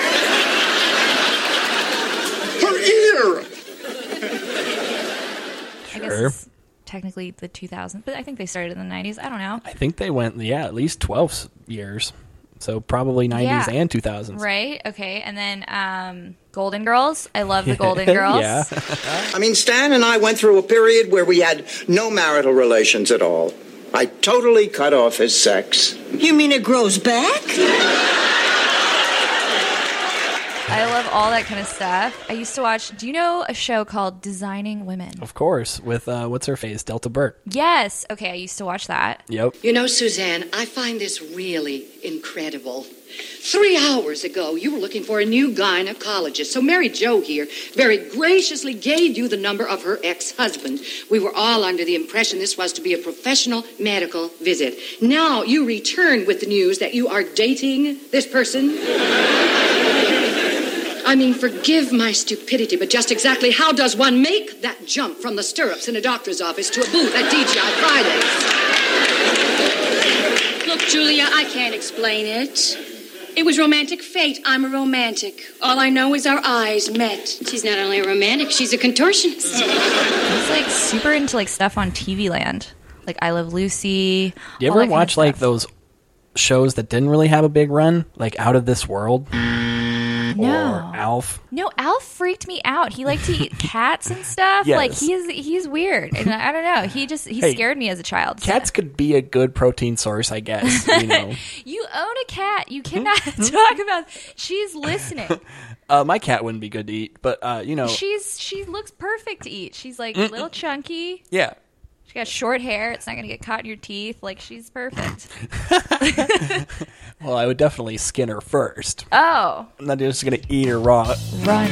S1: sure.
S2: It's technically the 2000s, but I think they started in the 90s. I don't know.
S1: I think they went, yeah, at least 12 years. So probably 90s
S2: Yeah.
S1: and 2000s.
S2: Right? Okay. And then um, Golden Girls.
S1: [laughs]
S2: I love the Golden Girls.
S1: yeah. [laughs]
S17: I mean, Stan and I went through a period where we had no marital relations at all. I totally cut off his sex.
S18: You mean it grows back?
S2: I love all that kind of stuff. I used to watch, do you know a show called Designing Women?
S1: Of course, with uh, what's her face? Delta Burke.
S2: Yes. Okay. I used to watch that.
S1: Yep.
S19: You know, Suzanne, I find this really incredible. Three hours ago, you were looking for a new gynecologist, so Mary Jo here very graciously gave you the number of her ex husband. We were all under the impression this was to be a professional medical visit. Now you return with the news that you are dating this person. I mean, forgive my stupidity, but just exactly how does one make that jump from the stirrups in a doctor's office to a booth at DJ on Fridays?
S20: Look, Julia, I can't explain it. It was romantic fate. I'm a romantic. All I know is our eyes met. She's not only a romantic, she's a contortionist.
S2: I was like super into like stuff on TV land. Like I Love Lucy.
S1: Do you
S2: all
S1: ever
S2: that kind
S1: watch like those shows that didn't really have a big run, like Out of This World
S2: No.
S1: or Alf?
S2: of- No, Al freaked me out. He liked to
S1: [laughs]
S2: eat cats and stuff.
S1: Yes.
S2: Like he's he's weird, and I don't know. He just he
S1: Hey,
S2: scared me as a child.
S1: Cats could be a good protein source, I guess. You
S2: [laughs]
S1: know,
S2: You own a cat.
S1: Hmm?
S2: You cannot [laughs] talk about.
S1: [laughs]
S2: She's listening.
S1: uh, my cat wouldn't be good to eat, but uh, you know,
S2: She's she looks perfect to eat. She's like
S1: Mm-mm.
S2: little chunky.
S1: yeah.
S2: She got short hair. It's not gonna get caught in your teeth. Like she's perfect.
S1: Well, I would definitely skin her first.
S2: Oh.
S1: I'm not just gonna eat her raw.
S2: Run,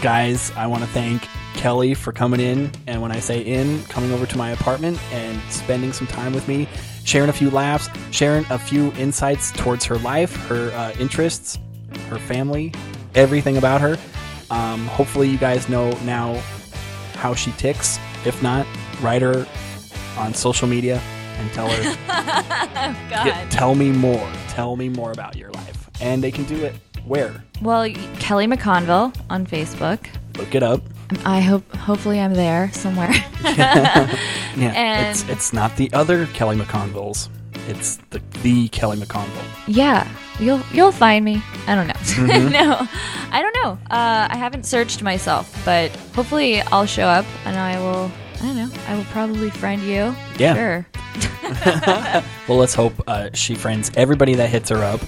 S1: Guys, I want to thank Kelly for coming in, and when I say in, coming over to my apartment and spending some time with me, sharing a few laughs, sharing a few insights towards her life, her uh, interests, her family, everything about her. Um, hopefully, you guys know now how she ticks. If not, write her on social media and tell her.
S2: oh, God.
S1: Get- tell me more. Tell me more about your life. And they can do it where?
S2: Well, y- Kelly McConville on Facebook.
S1: Look it up.
S2: Um, I hope, hopefully, I'm there somewhere. [laughs]
S1: Yeah,
S2: and
S1: it's it's not the other Kelly McConvilles. It's the the Kelly McConville.
S2: yeah, you'll you'll find me. I don't know. [laughs]
S1: Mhm.
S2: no, I don't know. Uh, I haven't searched myself, but hopefully, I'll show up and I will. I don't know. I will probably friend you.
S1: Yeah.
S2: Sure.
S1: Well, let's hope uh, she friends everybody that hits her up.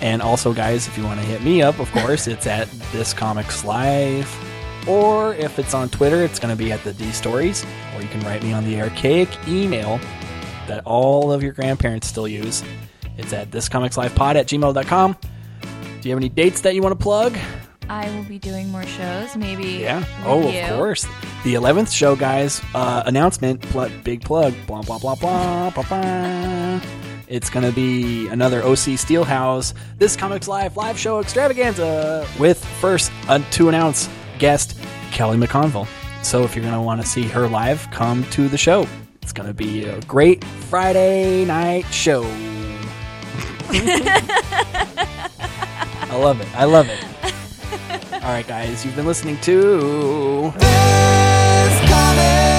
S1: And also, guys, if you want to hit me up, of course, it's at this comics live. Or if it's on Twitter, it's going to be at the D Stories. Or you can write me on the archaic email that all of your grandparents still use. It's at thiscomicslivepod at gmail.com. Do you have any dates that you want to plug?
S2: I will be doing more shows. Maybe.
S1: Yeah.
S2: with
S1: Oh,
S2: you.
S1: of course. The 11th show, guys. Uh, announcement. Pl- big plug. Blah, blah, blah, blah, blah, blah. It's going to be another OC Steelhouse, this Comics Live live show extravaganza with first uh, to announce guest Kelly McConville. So if you're going to want to see her live, come to the show. It's going to be a great Friday night show. [laughs] I love it. I love it. All right, guys, you've been listening to.
S4: This comic